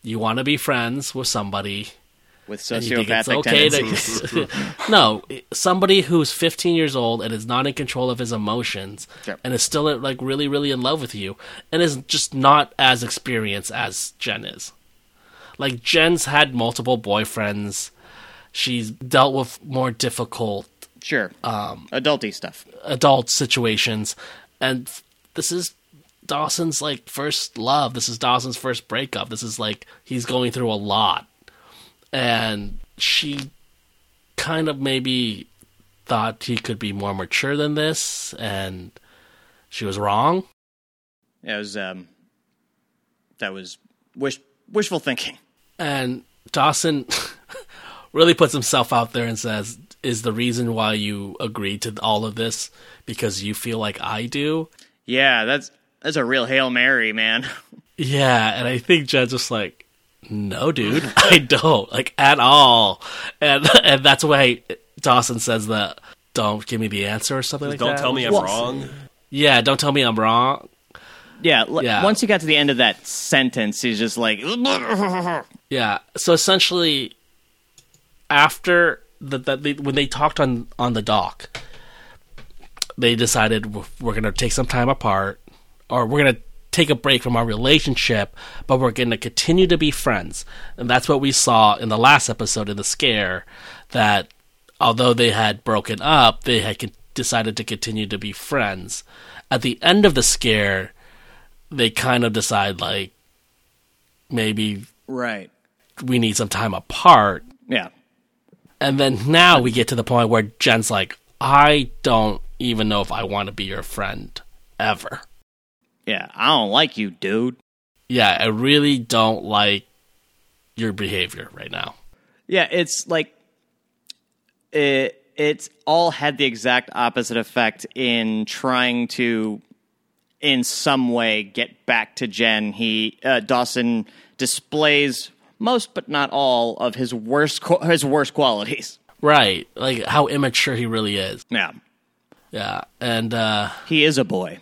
Speaker 2: you want to be friends with somebody
Speaker 6: With
Speaker 2: and you think it's
Speaker 6: sociopathic
Speaker 2: okay to-
Speaker 6: tendencies.
Speaker 2: no, somebody who's 15 years old and is not in control of his emotions
Speaker 6: Sure.
Speaker 2: and is still like really, really in love with you and is just not as experienced as Jen is. Like Jen's had multiple boyfriends. She's dealt with more difficult
Speaker 6: Sure. Um adulty stuff.
Speaker 2: adult situations, and this is Dawson's like first love. This is Dawson's first breakup. This is like he's going through a lot, and she kind of maybe thought he could be more mature than this, and she was wrong.
Speaker 6: It was um that was wish wishful thinking.
Speaker 2: And Dawson really puts himself out there and says, "Is the reason why you agreed to all of this because you feel like I do?"
Speaker 6: Yeah, that's that's a real Hail Mary, man.
Speaker 2: Yeah, and I think Jed's just like, no, dude, I don't like at all, and and that's why Dawson says that. Don't give me the answer or something like
Speaker 7: Don't
Speaker 2: that.
Speaker 7: tell me I'm
Speaker 6: Well-
Speaker 7: wrong.
Speaker 2: Yeah, don't tell me I'm wrong.
Speaker 6: Yeah, l-
Speaker 2: Yeah.
Speaker 6: once he got to the end of that sentence, he's just like
Speaker 2: Yeah. So essentially, after the, the, the when they talked on on the dock, they decided w- we're gonna take some time apart, or we're gonna take a break from our relationship, but we're gonna continue to be friends, and that's what we saw in the last episode in the scare. That although they had broken up, they had con- decided to continue to be friends. At the end of the scare, they kind of decide like maybe
Speaker 6: Right.
Speaker 2: we need some time apart.
Speaker 6: Yeah.
Speaker 2: And then now we get to the point where Jen's like, I don't even know if I want to be your friend ever.
Speaker 6: Yeah. I don't like you, dude.
Speaker 2: Yeah, I really don't like your behavior right now.
Speaker 6: Yeah, it's like it it's all had the exact opposite effect in trying to in some way get back to Jen. He uh, Dawson displays most but not all of his worst qu- his worst qualities.
Speaker 2: Right. Like how immature he really is.
Speaker 6: Yeah.
Speaker 2: Yeah. And uh
Speaker 6: He is a boy.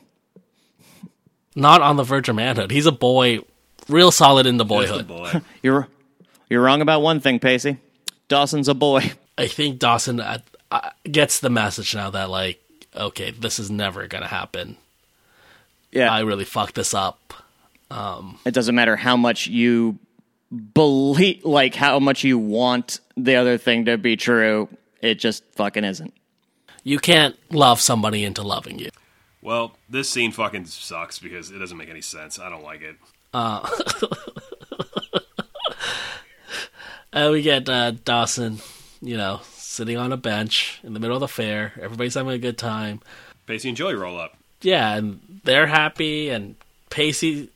Speaker 2: not on the verge of manhood. He's a boy real solid in the
Speaker 7: That's the boy.
Speaker 2: boyhood.
Speaker 6: You're you're wrong about one thing, Pacey. Dawson's a boy.
Speaker 2: I think Dawson uh, uh, gets the message now that like okay, this is never going to happen.
Speaker 6: Yeah.
Speaker 2: I really fucked this up.
Speaker 6: it doesn't matter how much you believe like how much you want the other thing to be true it just fucking isn't
Speaker 2: You can't love somebody into loving you.
Speaker 7: Well, this scene fucking sucks because it doesn't make any sense. I don't like it.
Speaker 2: Uh, we get uh, Dawson, you know, sitting on a bench in the middle of the fair. Everybody's having a good time.
Speaker 7: Pacey and Joey roll up.
Speaker 2: Yeah, and they're happy. And Pacey,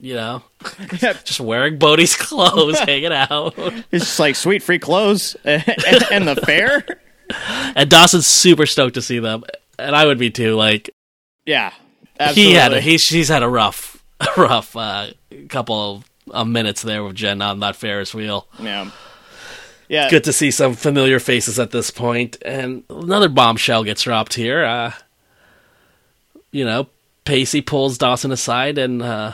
Speaker 2: you know, just wearing Bodie's clothes, hanging out.
Speaker 6: it's just like sweet free clothes and, and the fair
Speaker 2: And Dawson's super stoked to see them, and I would be too. Like
Speaker 6: yeah absolutely.
Speaker 2: he had, a, he she's had a rough, a rough uh, couple of uh, minutes there with Jen on that Ferris wheel.
Speaker 6: yeah yeah
Speaker 2: Good to see some familiar faces at this point. And another bombshell gets dropped here. Uh, you know, Pacey pulls Dawson aside and uh,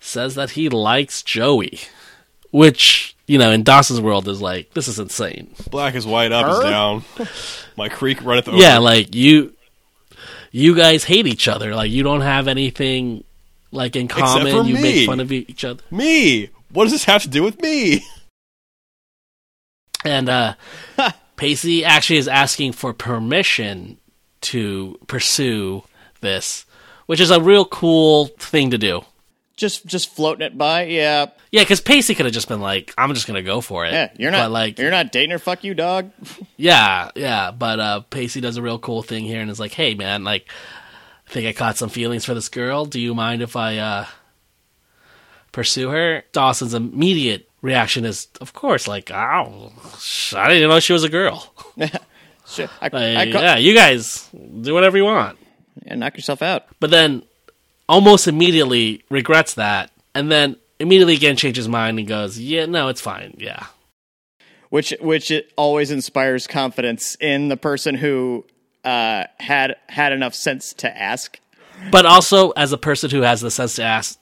Speaker 2: says that he likes Joey, which, you know, in Dawson's world is like, this is insane.
Speaker 4: Black is white, up is down. My creek run at the
Speaker 2: Yeah, like you. You guys hate each other. Like you don't have anything like in common.
Speaker 4: for
Speaker 2: you
Speaker 4: me.
Speaker 2: make fun of each other.
Speaker 4: me. What does this have to do with me?
Speaker 2: And uh, Pacey actually is asking for permission to pursue this, which is a real cool thing to do.
Speaker 6: just just floating it by yeah
Speaker 2: Yeah, because Pacey could have just been like, "I'm just gonna go for it."
Speaker 6: yeah you're not
Speaker 2: But, like,
Speaker 6: you're not dating her fuck you dog
Speaker 2: yeah, yeah. But uh, Pacey does a real cool thing here and is like, "Hey, man, like, I think I caught some feelings for this girl. Do you mind if I uh, pursue her?" Dawson's immediate reaction is, of course, like, "Ow, I didn't know she was a girl."
Speaker 6: Shit, I,
Speaker 2: Like,
Speaker 6: I ca-
Speaker 2: yeah, you guys do whatever you want.
Speaker 6: yeah, knock yourself out.
Speaker 2: But then, almost immediately regrets that, and then immediately again changes his mind and goes, "Yeah, no, it's fine. Yeah,
Speaker 6: which which it always inspires confidence in the person who uh, had had enough sense to ask.
Speaker 2: but also as a person who has the sense to ask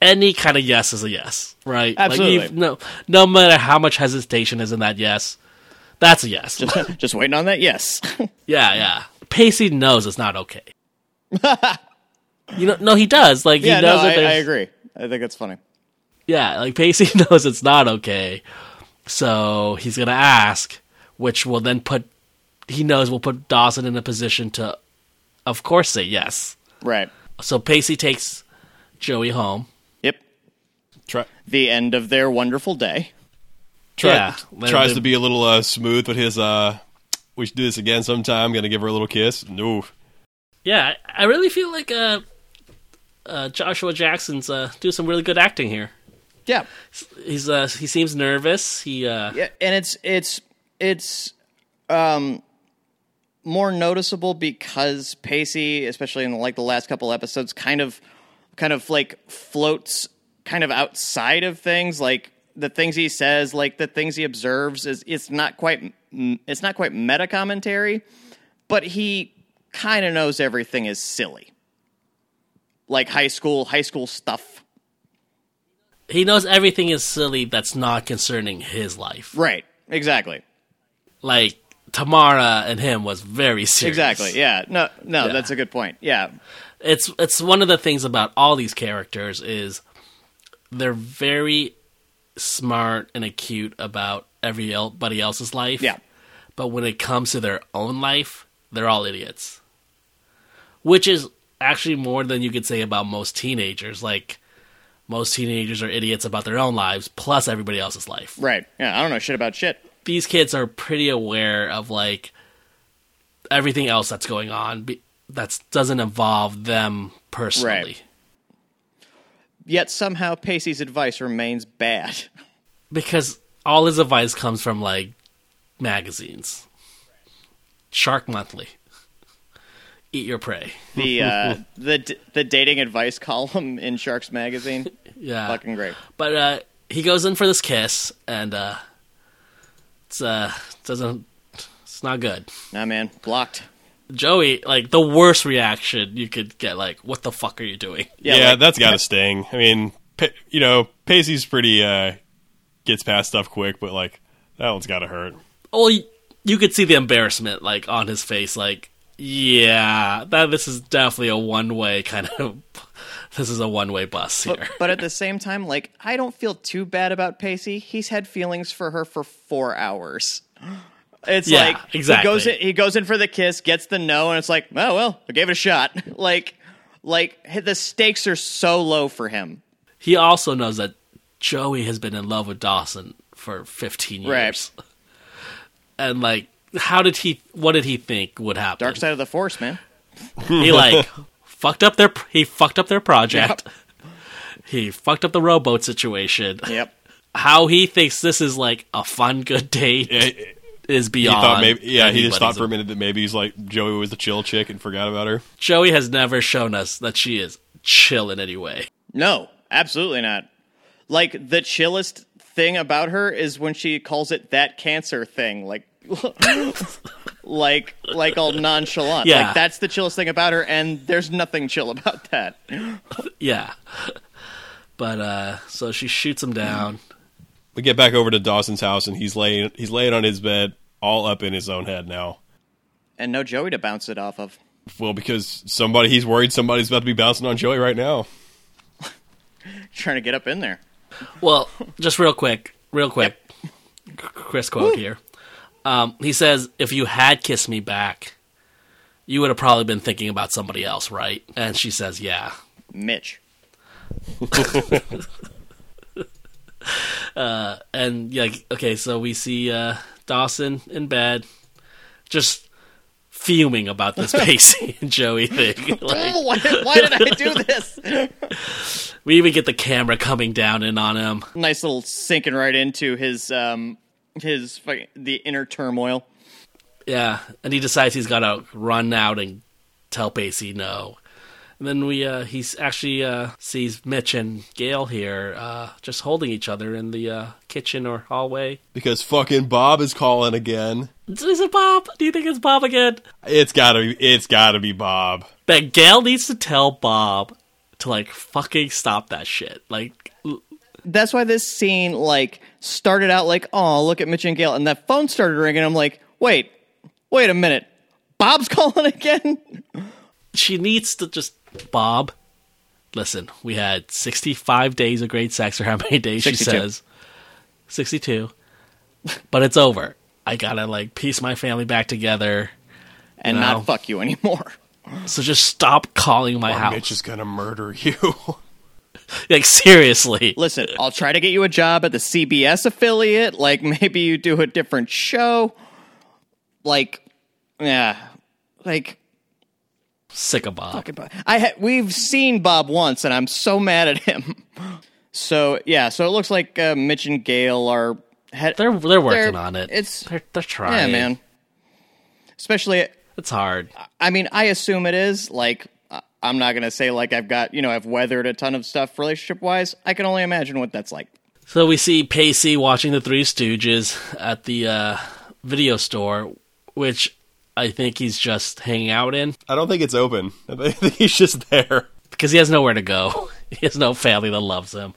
Speaker 2: any kind of yes is a yes right Like,
Speaker 6: Absolutely.
Speaker 2: you've- no no matter how much hesitation is in that yes that's a yes
Speaker 6: Just waiting on that. Yes,
Speaker 2: yeah yeah pacey knows it's not okay you know no he does like
Speaker 6: yeah,
Speaker 2: he
Speaker 6: no,
Speaker 2: knows
Speaker 6: I,
Speaker 2: that
Speaker 6: I
Speaker 2: there's-
Speaker 6: agree. I think that's funny.
Speaker 2: yeah like pacey knows it's not okay so he's gonna ask which will then put he knows will put dawson in a position to of course say yes
Speaker 6: Right.
Speaker 2: so pacey takes joey home
Speaker 6: Yep.
Speaker 4: Try,
Speaker 6: The end of their wonderful day.
Speaker 4: try,
Speaker 2: Yeah.
Speaker 4: tries to be a little uh, smooth, but his uh, we should do this again sometime. Gonna give her a little kiss. No,
Speaker 2: Yeah, I I really feel like uh, uh, Joshua Jackson's uh, doing some really good acting here.
Speaker 6: Yeah,
Speaker 2: He's uh, he seems nervous. He uh,
Speaker 6: yeah, and it's it's it's um more noticeable because Pacey, especially in like the last couple episodes, kind of kind of like floats kind of outside of things like the things he says like the things he observes is it's not quite m- it's not quite meta commentary but he kind of knows everything is silly like high school high school stuff
Speaker 2: he knows everything is silly that's not concerning his life.
Speaker 6: right exactly
Speaker 2: Like Tamara and him was very serious.
Speaker 6: exactly yeah no no that's a good point yeah
Speaker 2: It's it's one of the things about all these characters is they're very smart and acute about everybody else's life.
Speaker 6: Yeah.
Speaker 2: but when it comes to their own life, they're all idiots. Which is actually more than you could say about most teenagers. Like, most teenagers are idiots about their own lives, plus everybody else's life.
Speaker 6: Right. Yeah, I don't know shit about shit.
Speaker 2: These kids are pretty aware of, like, everything else that's going on that doesn't involve them personally.
Speaker 6: Right. Yet somehow Pacey's advice remains bad.
Speaker 2: Because all his advice comes from, like, magazines Shark Monthly, Eat Your Prey.
Speaker 6: The uh, the d- the dating advice column in Sharks magazine,
Speaker 2: Yeah.
Speaker 6: fucking great.
Speaker 2: But uh, he goes in for this kiss, and uh, it's uh, doesn't. It's not good.
Speaker 6: Nah, man, blocked.
Speaker 2: Joey, like the worst reaction you could get, like, "What the fuck are you doing?"
Speaker 4: yeah,
Speaker 6: like-
Speaker 4: that's got to sting. I mean, pa- you know, Pacey's pretty uh, gets past stuff quick, but like that one's got to hurt.
Speaker 2: Well, y- you could see the embarrassment, like, on his face, like, "Yeah, that this is definitely a one way kind of. this is a one way bus here."
Speaker 6: But, but at the same time, like I don't feel too bad about Pacey. He's had feelings for her for four hours. It's
Speaker 2: Yeah,
Speaker 6: like
Speaker 2: exactly.
Speaker 6: he goes in, he goes in for the kiss, gets the no, and it's like, oh well, I gave it a shot. like, like the stakes are so low for him.
Speaker 2: he also knows that Joey has been in love with Dawson for 15 years, and like, how did he? What did he think would happen?
Speaker 6: Dark side of the force, man.
Speaker 2: he like fucked up their he fucked up their project. He fucked up the rowboat situation.
Speaker 6: Yep.
Speaker 2: How he thinks this is like a fun good date
Speaker 4: Yeah, he
Speaker 2: is beyond.
Speaker 4: thought maybe, yeah, he just thought
Speaker 2: anybody's-
Speaker 4: for a minute that maybe he's like Joey was the chill chick and forgot about her.
Speaker 2: Joey has never shown us that she is chill in any way.
Speaker 6: No, absolutely not. Like the chillest thing about her is when she calls it that cancer thing, like like like all nonchalant.
Speaker 2: Yeah.
Speaker 6: Like that's the chillest thing about her and there's nothing chill about that.
Speaker 2: Yeah. But uh so she shoots him down.
Speaker 4: We get back over to Dawson's house and he's laying he's laying on his bed, all up in his own head now.
Speaker 6: And no Joey to bounce it off of.
Speaker 4: Well, because somebody he's worried somebody's about to be bouncing on Joey right now.
Speaker 6: Trying to get up in there.
Speaker 2: Well, just real quick, real quick. Chris quote here. Um, he says, "If you had kissed me back, you would have probably been thinking about somebody else, right?" And she says, "Yeah."
Speaker 6: Mitch.
Speaker 2: and yeah, okay, so we see uh, Dawson in bed, just fuming about this Pacey and Joey thing. like,
Speaker 6: why, why did I do this?
Speaker 2: We even get the camera coming down in on him.
Speaker 6: Nice little sinking right into his um his fucking, the inner turmoil.
Speaker 2: Yeah, and he decides he's gotta run out and tell Pacey no. And then we uh, he actually uh, sees Mitch and Gail here uh, just holding each other in the uh, kitchen or hallway.
Speaker 4: because fucking Bob is calling again.
Speaker 2: Is it Bob? Do you think it's Bob again?
Speaker 4: It's gotta be. It's gotta be Bob.
Speaker 2: that Gail needs to tell Bob to like fucking stop that shit. Like, l-
Speaker 6: That's why this scene like started out like, "Oh, look at Mitch and Gail," and that phone started ringing. I'm like, "Wait, wait a minute, Bob's calling again."
Speaker 2: she needs to just Bob. Listen, we had sixty-five days of great sex, or how many days
Speaker 6: 62.
Speaker 2: she says, sixty-two. But it's over. I gotta like piece my family back together.
Speaker 6: and
Speaker 2: No.
Speaker 6: not fuck you anymore.
Speaker 2: So just stop calling my house.
Speaker 4: Mitch is gonna murder you.
Speaker 2: Like seriously,
Speaker 6: Listen, I'll try to get you a job at the CBS affiliate. Like maybe you do a different show. Like, yeah, like
Speaker 2: sick of Bob.
Speaker 6: I ha- we've seen Bob once, and I'm so mad at him. So yeah, so it looks like uh, Mitch and Gail are head.
Speaker 2: They're they're working on it.
Speaker 6: It's
Speaker 2: they're they're trying.
Speaker 6: yeah, man. Especially
Speaker 2: it's hard.
Speaker 6: I mean, I assume it is. Like, I- I'm not going to say, like, I've got, you know, I've weathered a ton of stuff relationship wise. I can only imagine what that's like.
Speaker 2: So we see Pacey watching the Three Stooges at the uh, video store, which I think he's just hanging out in
Speaker 4: I don't think it's open. I think he's just there.
Speaker 2: because he has nowhere to go. He has no family that loves him.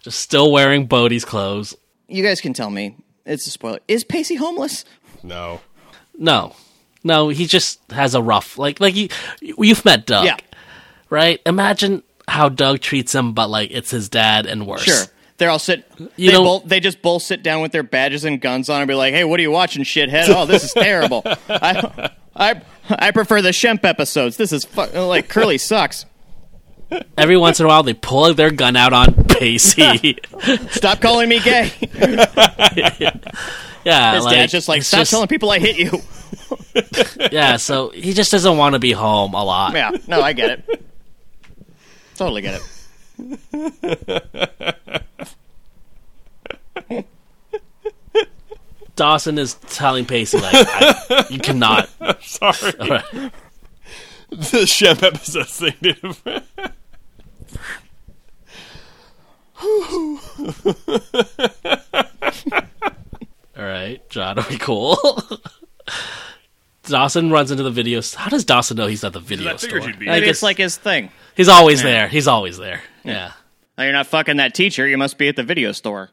Speaker 2: Just still wearing Bodie's clothes.
Speaker 6: You guys can tell me. It's a spoiler. Is Pacey homeless?
Speaker 4: No.
Speaker 2: No, no, he just has a rough like like you. You've met Doug,
Speaker 6: Yeah.
Speaker 2: right? Imagine how Doug treats him, but like it's his dad and worse.
Speaker 6: Sure. They're all sit.
Speaker 2: You
Speaker 6: they,
Speaker 2: know-
Speaker 6: both, they just both sit down with their badges and guns on and be like, "Hey, what are you watching, shithead? Oh, this is terrible. I, I, I prefer the Shemp episodes. This is fu- like Curly sucks.
Speaker 2: Every once in a while, they pull their gun out on Pacey.
Speaker 6: Stop calling me gay." His
Speaker 2: yeah,
Speaker 6: dad's just like,
Speaker 2: it's
Speaker 6: "Stop
Speaker 2: just-
Speaker 6: telling people I hit you."
Speaker 2: Yeah, so he just doesn't want to be home a lot.
Speaker 6: Yeah. No, I get it. Totally get it.
Speaker 2: Dawson is telling Pacey like, I, "You cannot."
Speaker 4: Sorry. the Shemp episode thing, dude.
Speaker 2: All right, John, are we cool? Dawson runs into the video. s- How does Dawson know he's at the video
Speaker 7: I
Speaker 2: store?
Speaker 7: figured you'd be.
Speaker 2: I
Speaker 6: Maybe
Speaker 2: guess
Speaker 6: it's like his thing.
Speaker 2: he's always there. He's always there. Yeah.
Speaker 6: Oh, you're not fucking that teacher. You must be at the video store.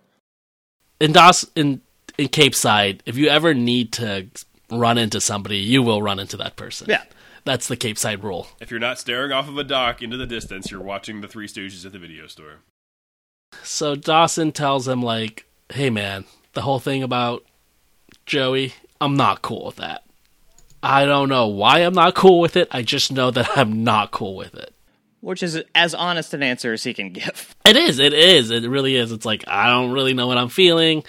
Speaker 2: In Dawson, in in Cape Side, if you ever need to run into somebody, you will run into that person.
Speaker 6: Yeah.
Speaker 2: That's the Cape Side rule.
Speaker 7: If you're not staring off of a dock into the distance, you're watching the Three Stooges at the video store.
Speaker 2: So Dawson tells him like, "Hey man, the whole thing about Joey, I'm not cool with that. I don't know why I'm not cool with it. I just know that I'm not cool with it.
Speaker 6: Which is as honest an answer as he can give.
Speaker 2: It is. It is. It really is. It's like I don't really know what I'm feeling.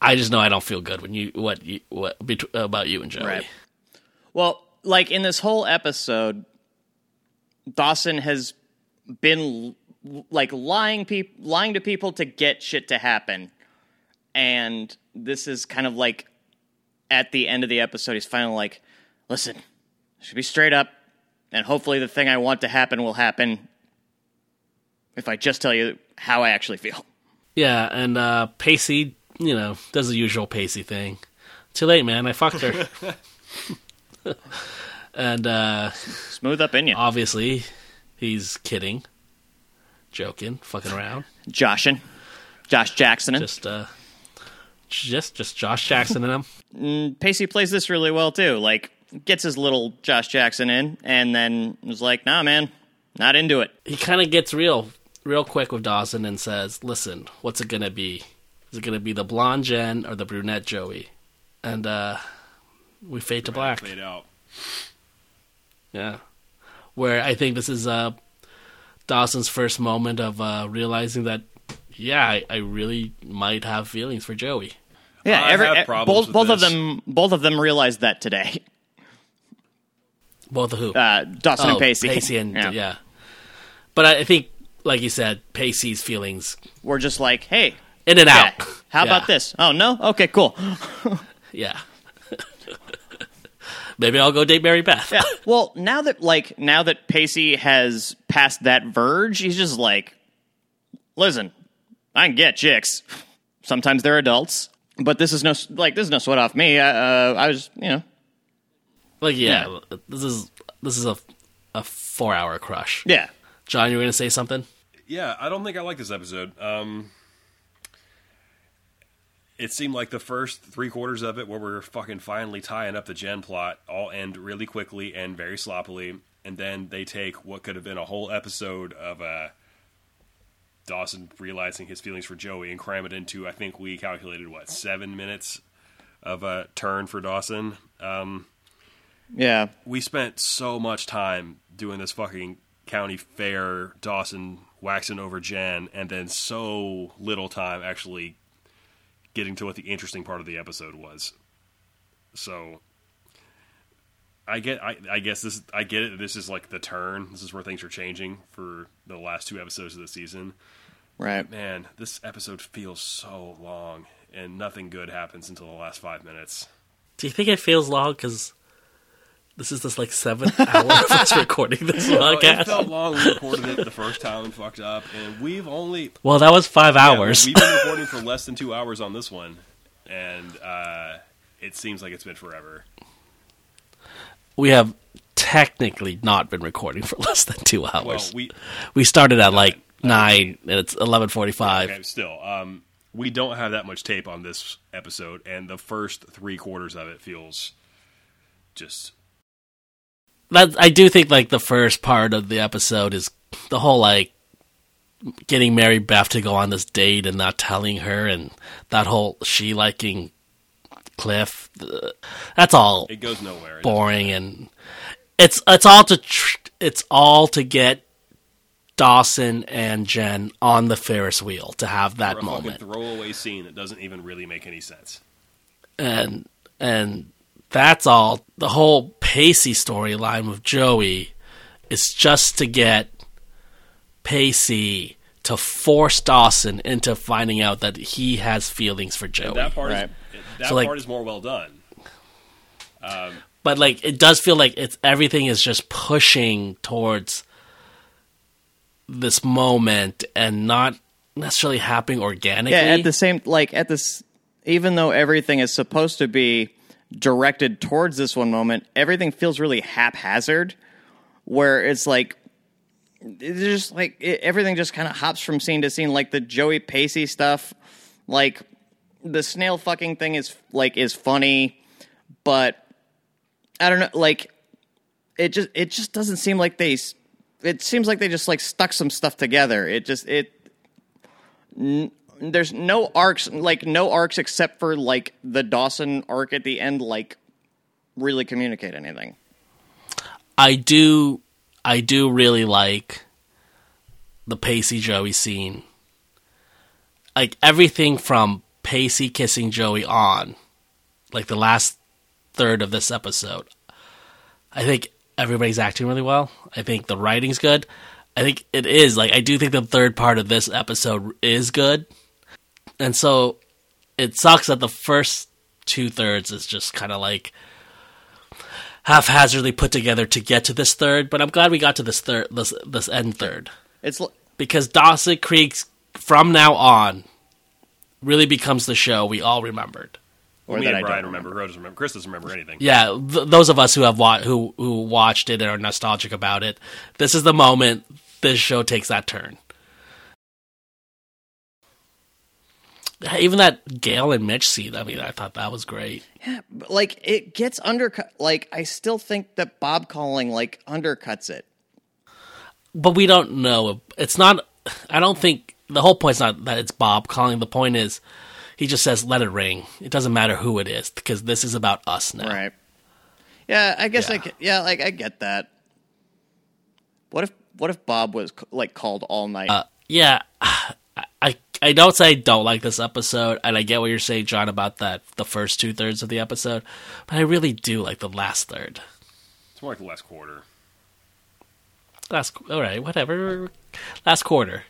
Speaker 2: I just know I don't feel good when you what you what bet- about you and Joey.
Speaker 6: Right. Well, like in this whole episode, Dawson has been l- like lying peop lying to people to get shit to happen. And this is kind of like at the end of the episode, he's finally like, listen, I should be straight up, and hopefully the thing I want to happen will happen if I just tell you how I actually feel.
Speaker 2: Yeah, and uh Pacey, you know, does the usual Pacey thing. Too late, man. I fucked her. and uh
Speaker 6: Smooth up in you.
Speaker 2: obviously he's kidding joking fucking around
Speaker 6: Joshin. Josh Jackson.
Speaker 2: just uh just just josh jackson and him
Speaker 6: Pacey plays this really well too. Like gets his little Josh Jackson in and then was like, "Nah, man, not into it."
Speaker 2: he kind of gets real real quick with dawson and says listen what's it gonna be is it gonna be the blonde jen or the brunette joey and uh we fade to black
Speaker 7: Played out.
Speaker 2: yeah where i think this is uh dawson's first moment of uh realizing that yeah i, I really might have feelings for joey
Speaker 6: Yeah,
Speaker 7: I
Speaker 6: every,
Speaker 7: have
Speaker 6: eh,
Speaker 7: problems
Speaker 6: both
Speaker 7: with
Speaker 6: both of
Speaker 7: this.
Speaker 6: them both of them realized that today.
Speaker 2: both of Oh, who
Speaker 6: Uh, Dawson and Pacey.
Speaker 2: and yeah. But I I think like you said, Pacey's feelings
Speaker 6: We're just like, hey,
Speaker 2: in and out.
Speaker 6: yeah, how
Speaker 2: Yeah.
Speaker 6: about this? Oh no, okay, cool.
Speaker 2: Yeah. Maybe I'll go date Mary Beth.
Speaker 6: Yeah.
Speaker 2: Yeah.
Speaker 6: Well, now that like now that Pacey has passed that verge, he's just like, listen, I can get chicks. Sometimes they're adults, but this is no like this is no sweat off me. I, uh, I was you know
Speaker 2: Like yeah, this is this is a a four hour crush.
Speaker 6: yeah.
Speaker 2: John, you were gonna say something?
Speaker 1: Yeah, I don't think I like this episode. Um, it seemed like the first three quarters of it, where we're fucking finally tying up the Gen plot, all end really quickly and very sloppily, and then they take what could have been a whole episode of uh, Dawson realizing his feelings for Joey and cram it into, I think we calculated what seven minutes of a turn for Dawson. Um,
Speaker 6: Yeah.
Speaker 1: we spent so much time doing this fucking county fair Dawson waxing over Jen and then so little time actually getting to what the interesting part of the episode was. So I get I, I guess this I get it this is like the turn. This is where things are changing for the last two episodes of the season.
Speaker 6: Right.
Speaker 1: Man, this episode feels so long and nothing good happens until the last 5 minutes.
Speaker 2: Do you think it feels long because this is this like seventh hour of us recording this podcast?
Speaker 1: Oh, It felt long. We recorded it the first time and fucked up, and we've only
Speaker 2: well, that was five hours.
Speaker 1: we've been recording for less than two hours on this one, and uh, it seems like it's been forever.
Speaker 2: we have technically not been recording for less than two
Speaker 1: Well,
Speaker 2: hours.
Speaker 1: we
Speaker 2: we started at like nine, and it's eleven forty-five.
Speaker 1: okay, still um, we don't have that much tape on this episode, and the first three quarters of it feels just
Speaker 2: that I do think like the first part of the episode is the whole like getting Mary Beth to go on this date and not telling her, and that whole she liking Cliff. uh, That's all
Speaker 1: it goes nowhere. It
Speaker 2: boring, and it's it's all to tr- it's all to get Dawson and Jen on the Ferris wheel to
Speaker 1: doesn't-
Speaker 2: have that
Speaker 1: a fucking
Speaker 2: moment,
Speaker 1: throwaway scene that doesn't even really make any sense.
Speaker 2: and and that's all. The whole Pacey storyline with Joey is just to get Pacey to force Dawson into finding out that he has feelings for Joey.
Speaker 1: That part
Speaker 6: Right.
Speaker 1: is that
Speaker 2: Oh, So, like-
Speaker 1: part is more well done.
Speaker 2: but like it does feel like it's everything is just pushing towards this moment and not necessarily happening organically.
Speaker 6: Yeah. At the same like at this, even though everything is supposed to be directed towards this one moment, everything feels really haphazard. Where it's like it's just like it, everything just kind of hops from scene to scene like the joey pacey stuff like the snail fucking thing is like is funny but i don't know like it just it just doesn't seem like they s- it seems like they just like stuck some stuff together it just it n- there's no arcs like no arcs except for like the dawson arc at the end like really communicate anything
Speaker 2: I do I do really like the Pacey Joey scene. Like everything from Pacey kissing Joey on, like the last third of this episode. I think everybody's acting really well. I think the writing's good. I think it is like I do think the third part of this episode is good. And so it sucks that the first two thirds is just kind of like haphazardly put together to get to this third, but I'm glad we got to this third, this this end third,
Speaker 6: it's l-
Speaker 2: because Dawson Creek from now on really becomes the show we all remembered.
Speaker 6: or
Speaker 1: Me
Speaker 6: that
Speaker 1: and
Speaker 6: I don't
Speaker 1: Brian remember. Rose remember. Chris doesn't remember anything.
Speaker 2: Yeah, th- those of us who have wa- who who watched it and are nostalgic about it, this is the moment this show takes that turn. Even that Gail and Mitch scene, I mean, I thought that was great.
Speaker 6: But, like it gets undercut like i still think that bob calling like undercuts it
Speaker 2: but we don't know. It's not. I don't think the whole point's not that it's Bob calling. The point is, he just says, "Let it ring." It doesn't matter who it is because this is about us now.
Speaker 6: right yeah i guess
Speaker 2: Yeah.
Speaker 6: i get, yeah like i get that what if what if bob was like called all night
Speaker 1: Uh.
Speaker 2: Yeah, I I- I don't say I don't like this episode, and I get what you're saying, John, about that the first two thirds of the episode, but I really do like the last third.
Speaker 1: It's more like the last quarter.
Speaker 2: last all right, whatever. Last quarter.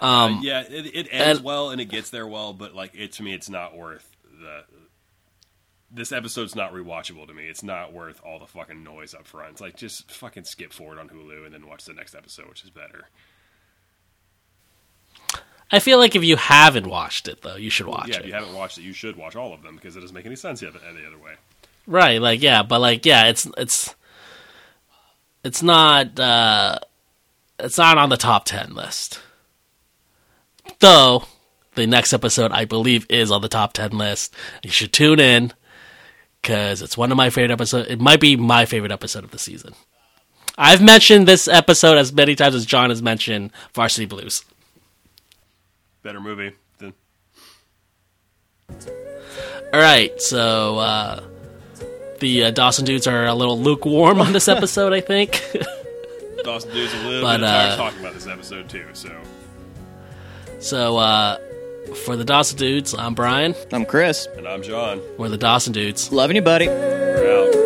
Speaker 2: Um,
Speaker 1: yeah, it, it ends
Speaker 2: and-
Speaker 1: well and it gets there well, but like it to me, it's not worth the. This episode's not rewatchable to me. It's not worth all the fucking noise up front. It's like just fucking skip forward on Hulu and then watch the next episode, which is better.
Speaker 2: I feel like if you haven't watched it though, you should watch
Speaker 1: yeah,
Speaker 2: it.
Speaker 1: if you haven't watched it, you should watch all of them because it doesn't make any sense the other, any other way.
Speaker 2: Right, like yeah, but like yeah, it's it's it's not uh it's not on the top 10 list. Though the next episode I believe is on the top 10 list. You should tune in cuz it's one of my favorite episodes. It might be my favorite episode of the season. I've mentioned this episode as many times as John has mentioned Varsity Blues.
Speaker 1: Better movie than
Speaker 2: All right, so uh the uh, Dawson dudes are a little lukewarm on this episode, I think.
Speaker 1: Dawson Dude's a little
Speaker 2: But,
Speaker 1: bit tired
Speaker 2: uh,
Speaker 1: of talking about this episode too. So
Speaker 2: So, uh, for the Dawson Dudes, I'm Brian.
Speaker 6: I'm Chris.
Speaker 1: and I'm John.
Speaker 2: We're the Dawson Dudes.
Speaker 6: Loving you, buddy.
Speaker 1: We're out.